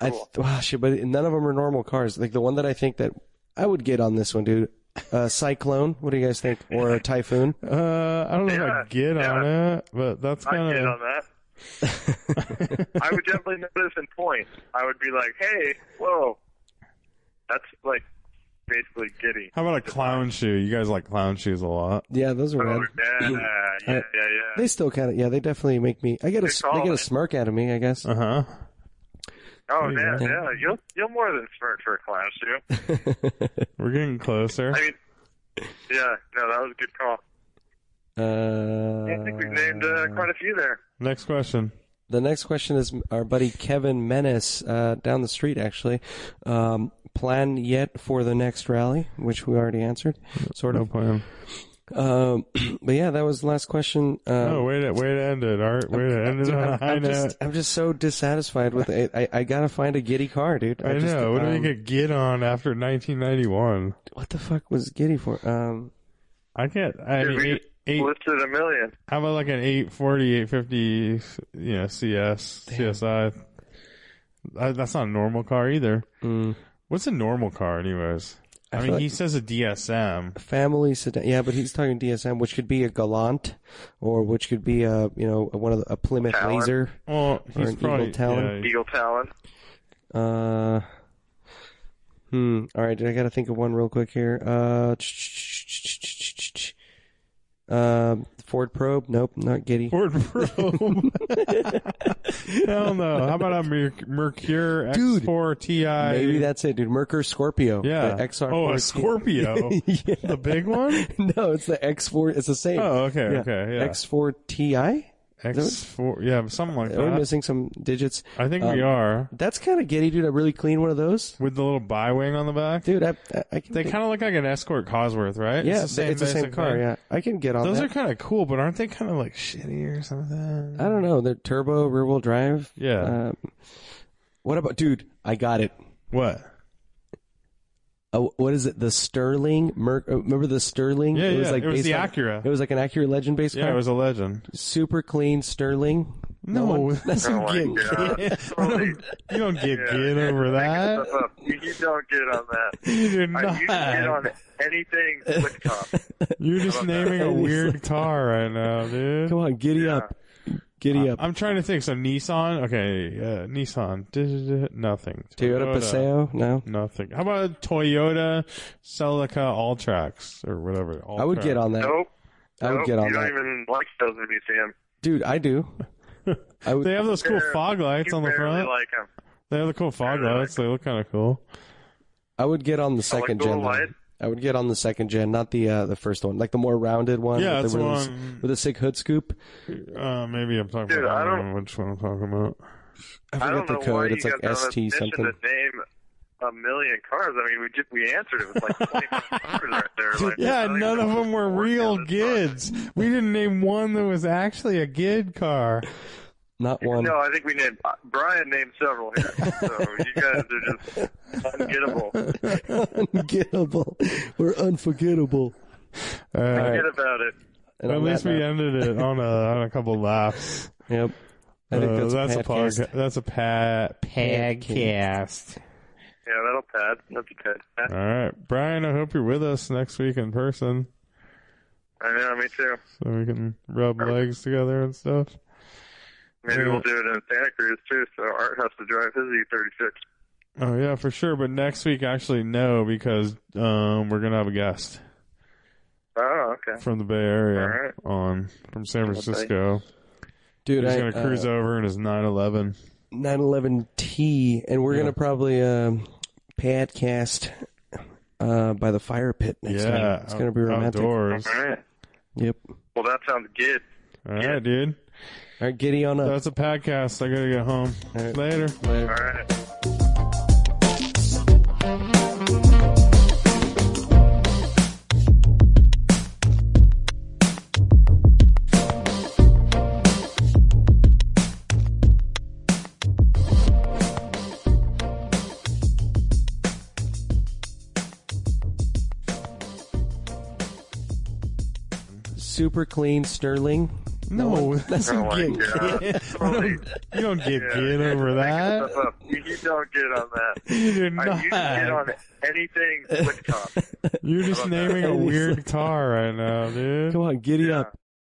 Speaker 2: I,
Speaker 3: Cool.
Speaker 2: wow, shit, but none of them are normal cars. Like the one that I think that I would get on this one, dude. Uh, <laughs> Cyclone. What do you guys think? Or a Typhoon?
Speaker 1: Uh, I don't know if
Speaker 3: Yeah,
Speaker 1: I get
Speaker 3: yeah.
Speaker 1: on it, but that's
Speaker 3: I'd
Speaker 1: kind
Speaker 2: uh,
Speaker 3: get
Speaker 1: of
Speaker 3: on that.
Speaker 2: <laughs>
Speaker 3: I would definitely notice in points. I would be like, hey, whoa. That's like basically giddy.
Speaker 1: How about a clown shoe? You guys like clown shoes a lot.
Speaker 2: Yeah, those are
Speaker 3: Oh,
Speaker 2: rad.
Speaker 3: yeah, yeah, yeah, yeah.
Speaker 2: They still kind of, yeah, they definitely make me, I get a,
Speaker 3: Good call,
Speaker 2: they get a
Speaker 3: man.
Speaker 2: smirk out of me, I guess.
Speaker 1: Uh huh.
Speaker 3: Oh,
Speaker 1: Yeah.
Speaker 3: yeah, yeah. You'll, you'll more than smirk for a clown shoe.
Speaker 1: We're getting closer.
Speaker 3: I mean, <laughs> yeah, no, that was a good call.
Speaker 2: Uh,
Speaker 3: I think we've named uh, quite a few there.
Speaker 1: Next question.
Speaker 2: the next question is our buddy Kevin Menace uh, down the street, actually. Um, plan yet for the next rally, which we already answered, sort
Speaker 1: No
Speaker 2: of.
Speaker 1: plan.
Speaker 2: Um, but yeah, that was the last question. Um,
Speaker 1: Oh, way to way to end it, Art. Way to end it
Speaker 2: dude,
Speaker 1: on
Speaker 2: I'm,
Speaker 1: a high
Speaker 2: I'm
Speaker 1: note.
Speaker 2: just, I'm just so dissatisfied with it. I, I gotta find a giddy car, dude.
Speaker 1: I
Speaker 2: just,
Speaker 1: know. What are you
Speaker 2: um,
Speaker 1: gonna get on after 1991?
Speaker 2: What the fuck was giddy for? Um,
Speaker 1: I can't. I
Speaker 3: Dude,
Speaker 1: mean,
Speaker 3: we
Speaker 1: eight, eight,
Speaker 3: listed a million.
Speaker 1: how about like an 840, 850, you know, CS, CSI? Uh, that's not a normal car either.
Speaker 2: mm,
Speaker 1: What's a normal car, anyways? I,
Speaker 2: I
Speaker 1: mean,
Speaker 2: feel like-
Speaker 1: he says a DSM.
Speaker 2: family sedan. Yeah, but he's talking DSM, which could be a Galant, or which could be a you know one of the, a Plymouth
Speaker 3: Talon.
Speaker 2: Laser.
Speaker 1: Well,
Speaker 2: Or
Speaker 1: he's
Speaker 2: an
Speaker 1: probably
Speaker 2: Eagle Talon.
Speaker 1: yeah,
Speaker 3: Eagle Talon.
Speaker 2: Uh, hmm. All right, dude, I gotta think of one real quick here. Uh, um, Ford Probe. Nope, not giddy.
Speaker 1: Ford Probe. <laughs> Hell no. How about a Merc- Mercure
Speaker 2: Dude.
Speaker 1: X4 Ti?
Speaker 2: Maybe that's it, dude. Merkur Scorpio.
Speaker 1: Yeah.
Speaker 2: The XR.
Speaker 1: oh, a Scorpio.
Speaker 2: <laughs> yeah.
Speaker 1: the big
Speaker 2: <laughs>
Speaker 1: one?
Speaker 2: No, it's the X4. It's the same.
Speaker 1: Oh, okay,
Speaker 2: Yeah.
Speaker 1: okay. Yeah.
Speaker 2: X4 Ti.
Speaker 1: X4. Yeah, something like
Speaker 2: Are we
Speaker 1: that.
Speaker 2: Oh, missing some digits?
Speaker 1: I think
Speaker 2: um,
Speaker 1: we are.
Speaker 2: That's kind of giddy, dude. A really clean one of those,
Speaker 1: With the little bi wing on the back.
Speaker 2: dude. I, I, I can.
Speaker 1: They kind of look like an Escort Cosworth, right?
Speaker 2: yeah, it's the same,
Speaker 1: basic
Speaker 2: car.
Speaker 1: thing.
Speaker 2: Yeah, Uh, I can get on
Speaker 1: Those
Speaker 2: that.
Speaker 1: are kind of cool, but aren't they kind of like shitty or something?
Speaker 2: I don't know. They're turbo, rear wheel drive.
Speaker 1: Yeah.
Speaker 2: Um, what about, dude? I got it.
Speaker 1: what?
Speaker 2: Uh, what is it? The Sterling. Merc, uh, remember the Sterling?
Speaker 1: Yeah, yeah. it was
Speaker 2: based
Speaker 1: the
Speaker 2: on-
Speaker 1: Acura.
Speaker 2: It was like an Acura Legend based
Speaker 1: yeah,
Speaker 2: car.
Speaker 1: it was a
Speaker 3: <laughs>
Speaker 1: legend. <laughs>
Speaker 2: super clean Sterling.
Speaker 1: No, <laughs> that's
Speaker 3: Oh my
Speaker 2: Giddy.
Speaker 3: god. Holy
Speaker 1: you don't get
Speaker 3: Yeah.
Speaker 1: get over that.
Speaker 3: stuff up. You you don't get on
Speaker 1: <laughs>
Speaker 3: that.
Speaker 1: You do
Speaker 3: I
Speaker 1: not.
Speaker 3: used to get on
Speaker 1: <laughs>
Speaker 3: anything with cop.
Speaker 1: You're just naming a
Speaker 2: <laughs> He's
Speaker 1: weird car right now, dude.
Speaker 2: <laughs> <laughs> Come on, giddy up,
Speaker 1: <laughs>
Speaker 2: giddy up.
Speaker 1: I'm trying to think. So Nissan, okay, uh, Nissan, Duh, nothing.
Speaker 2: Toyota Paseo. No,
Speaker 1: nothing. How about a Toyota Celica All Tracks or whatever?
Speaker 2: I would get on that,
Speaker 3: Nope.
Speaker 2: I would
Speaker 3: nope.
Speaker 2: get on
Speaker 3: You
Speaker 2: that.
Speaker 3: don't even like those in the museum.
Speaker 2: dude.
Speaker 1: <laughs>
Speaker 2: I do. I would.
Speaker 1: They have those cool
Speaker 3: Barely-
Speaker 1: fog lights
Speaker 3: you
Speaker 1: on the
Speaker 3: barely
Speaker 1: front.
Speaker 3: like them.
Speaker 1: they have the cool fog
Speaker 3: barely
Speaker 1: lights. They look kind of cool.
Speaker 2: I would get on the second
Speaker 3: the
Speaker 2: gen.
Speaker 3: light.
Speaker 2: though. I would get on the second gen, not the uh, the first one, like the more rounded one.
Speaker 1: Yeah, that's
Speaker 2: with the,
Speaker 1: the
Speaker 2: with the-
Speaker 1: one-
Speaker 2: with a sick hood scoop.
Speaker 1: Uh, maybe I'm talking
Speaker 3: Dude,
Speaker 1: about.
Speaker 3: I
Speaker 1: I
Speaker 3: don't-
Speaker 1: don't know which one I'm talking about.
Speaker 2: I
Speaker 3: I
Speaker 2: forget
Speaker 3: don't
Speaker 2: the
Speaker 3: know why
Speaker 2: code.
Speaker 3: you
Speaker 2: It's like
Speaker 3: got down on
Speaker 2: ST
Speaker 3: this mission
Speaker 2: something.
Speaker 3: To name a million cars. I mean, we just we answered it with like
Speaker 2: <laughs>
Speaker 3: 25 cars right there. Like,
Speaker 1: Yeah,
Speaker 3: really
Speaker 1: none of them were
Speaker 3: working on
Speaker 1: real
Speaker 3: this car.
Speaker 1: GIDs. We didn't name one that was actually a GID car.
Speaker 2: Not one.
Speaker 3: No, I think we named uh, Brian named several here. So you guys are just ungettable.
Speaker 2: <laughs> Ungettable. We're unforgettable.
Speaker 1: Uh,
Speaker 3: Forget about it.
Speaker 2: And
Speaker 1: At
Speaker 2: on
Speaker 1: least
Speaker 2: that
Speaker 1: we
Speaker 2: note-
Speaker 1: ended it on a on a couple laughs.
Speaker 2: Yep. <laughs> I think
Speaker 1: Uh,
Speaker 2: that's,
Speaker 1: a
Speaker 2: podcast.
Speaker 1: podca- That's a pat
Speaker 2: Podcast.
Speaker 3: Yeah, that'll pad. That's a pad.
Speaker 1: All right, Brian. I hope you're with us next week in person,
Speaker 3: I know, me too.
Speaker 1: so we can rub legs together and stuff.
Speaker 3: Maybe
Speaker 1: Yeah.
Speaker 3: we'll do it in Santa Cruz too. So Art has to drive his E E36.
Speaker 1: Oh yeah, for sure. But next week, actually, no, because um, we're gonna have a guest
Speaker 3: Oh, okay.
Speaker 1: from the Bay Area
Speaker 3: All right.
Speaker 1: on from San
Speaker 3: Okay.
Speaker 1: Francisco.
Speaker 2: Dude,
Speaker 1: He's
Speaker 2: I, uh,
Speaker 1: gonna cruise over in his 911.
Speaker 2: 911T, and we're
Speaker 1: Yeah.
Speaker 2: gonna probably um, podcast uh, by the fire pit next
Speaker 1: yeah,
Speaker 2: time. It's gonna be
Speaker 1: out-
Speaker 2: romantic.
Speaker 1: Outdoors.
Speaker 3: All right.
Speaker 2: Yep.
Speaker 3: Well, that sounds good.
Speaker 1: All right, dude.
Speaker 2: All right, giddy on up.
Speaker 1: That's a podcast. I gotta get home.
Speaker 2: All right.
Speaker 1: Later.
Speaker 2: Later.
Speaker 3: All right.
Speaker 2: Super clean Sterling.
Speaker 1: No, <laughs>
Speaker 2: That's
Speaker 3: Oh my
Speaker 2: giddy.
Speaker 3: god. Holy
Speaker 1: you don't get
Speaker 3: Yeah.
Speaker 1: get over that.
Speaker 3: stuff up. You, you don't get on
Speaker 1: <laughs>
Speaker 3: that.
Speaker 1: You do
Speaker 3: I
Speaker 1: not.
Speaker 3: used to get on anything with cop.
Speaker 1: You're just
Speaker 3: <laughs> How about
Speaker 1: naming a
Speaker 2: that?
Speaker 1: weird car right now, dude.
Speaker 2: Come on, giddy
Speaker 3: Yeah.
Speaker 2: up.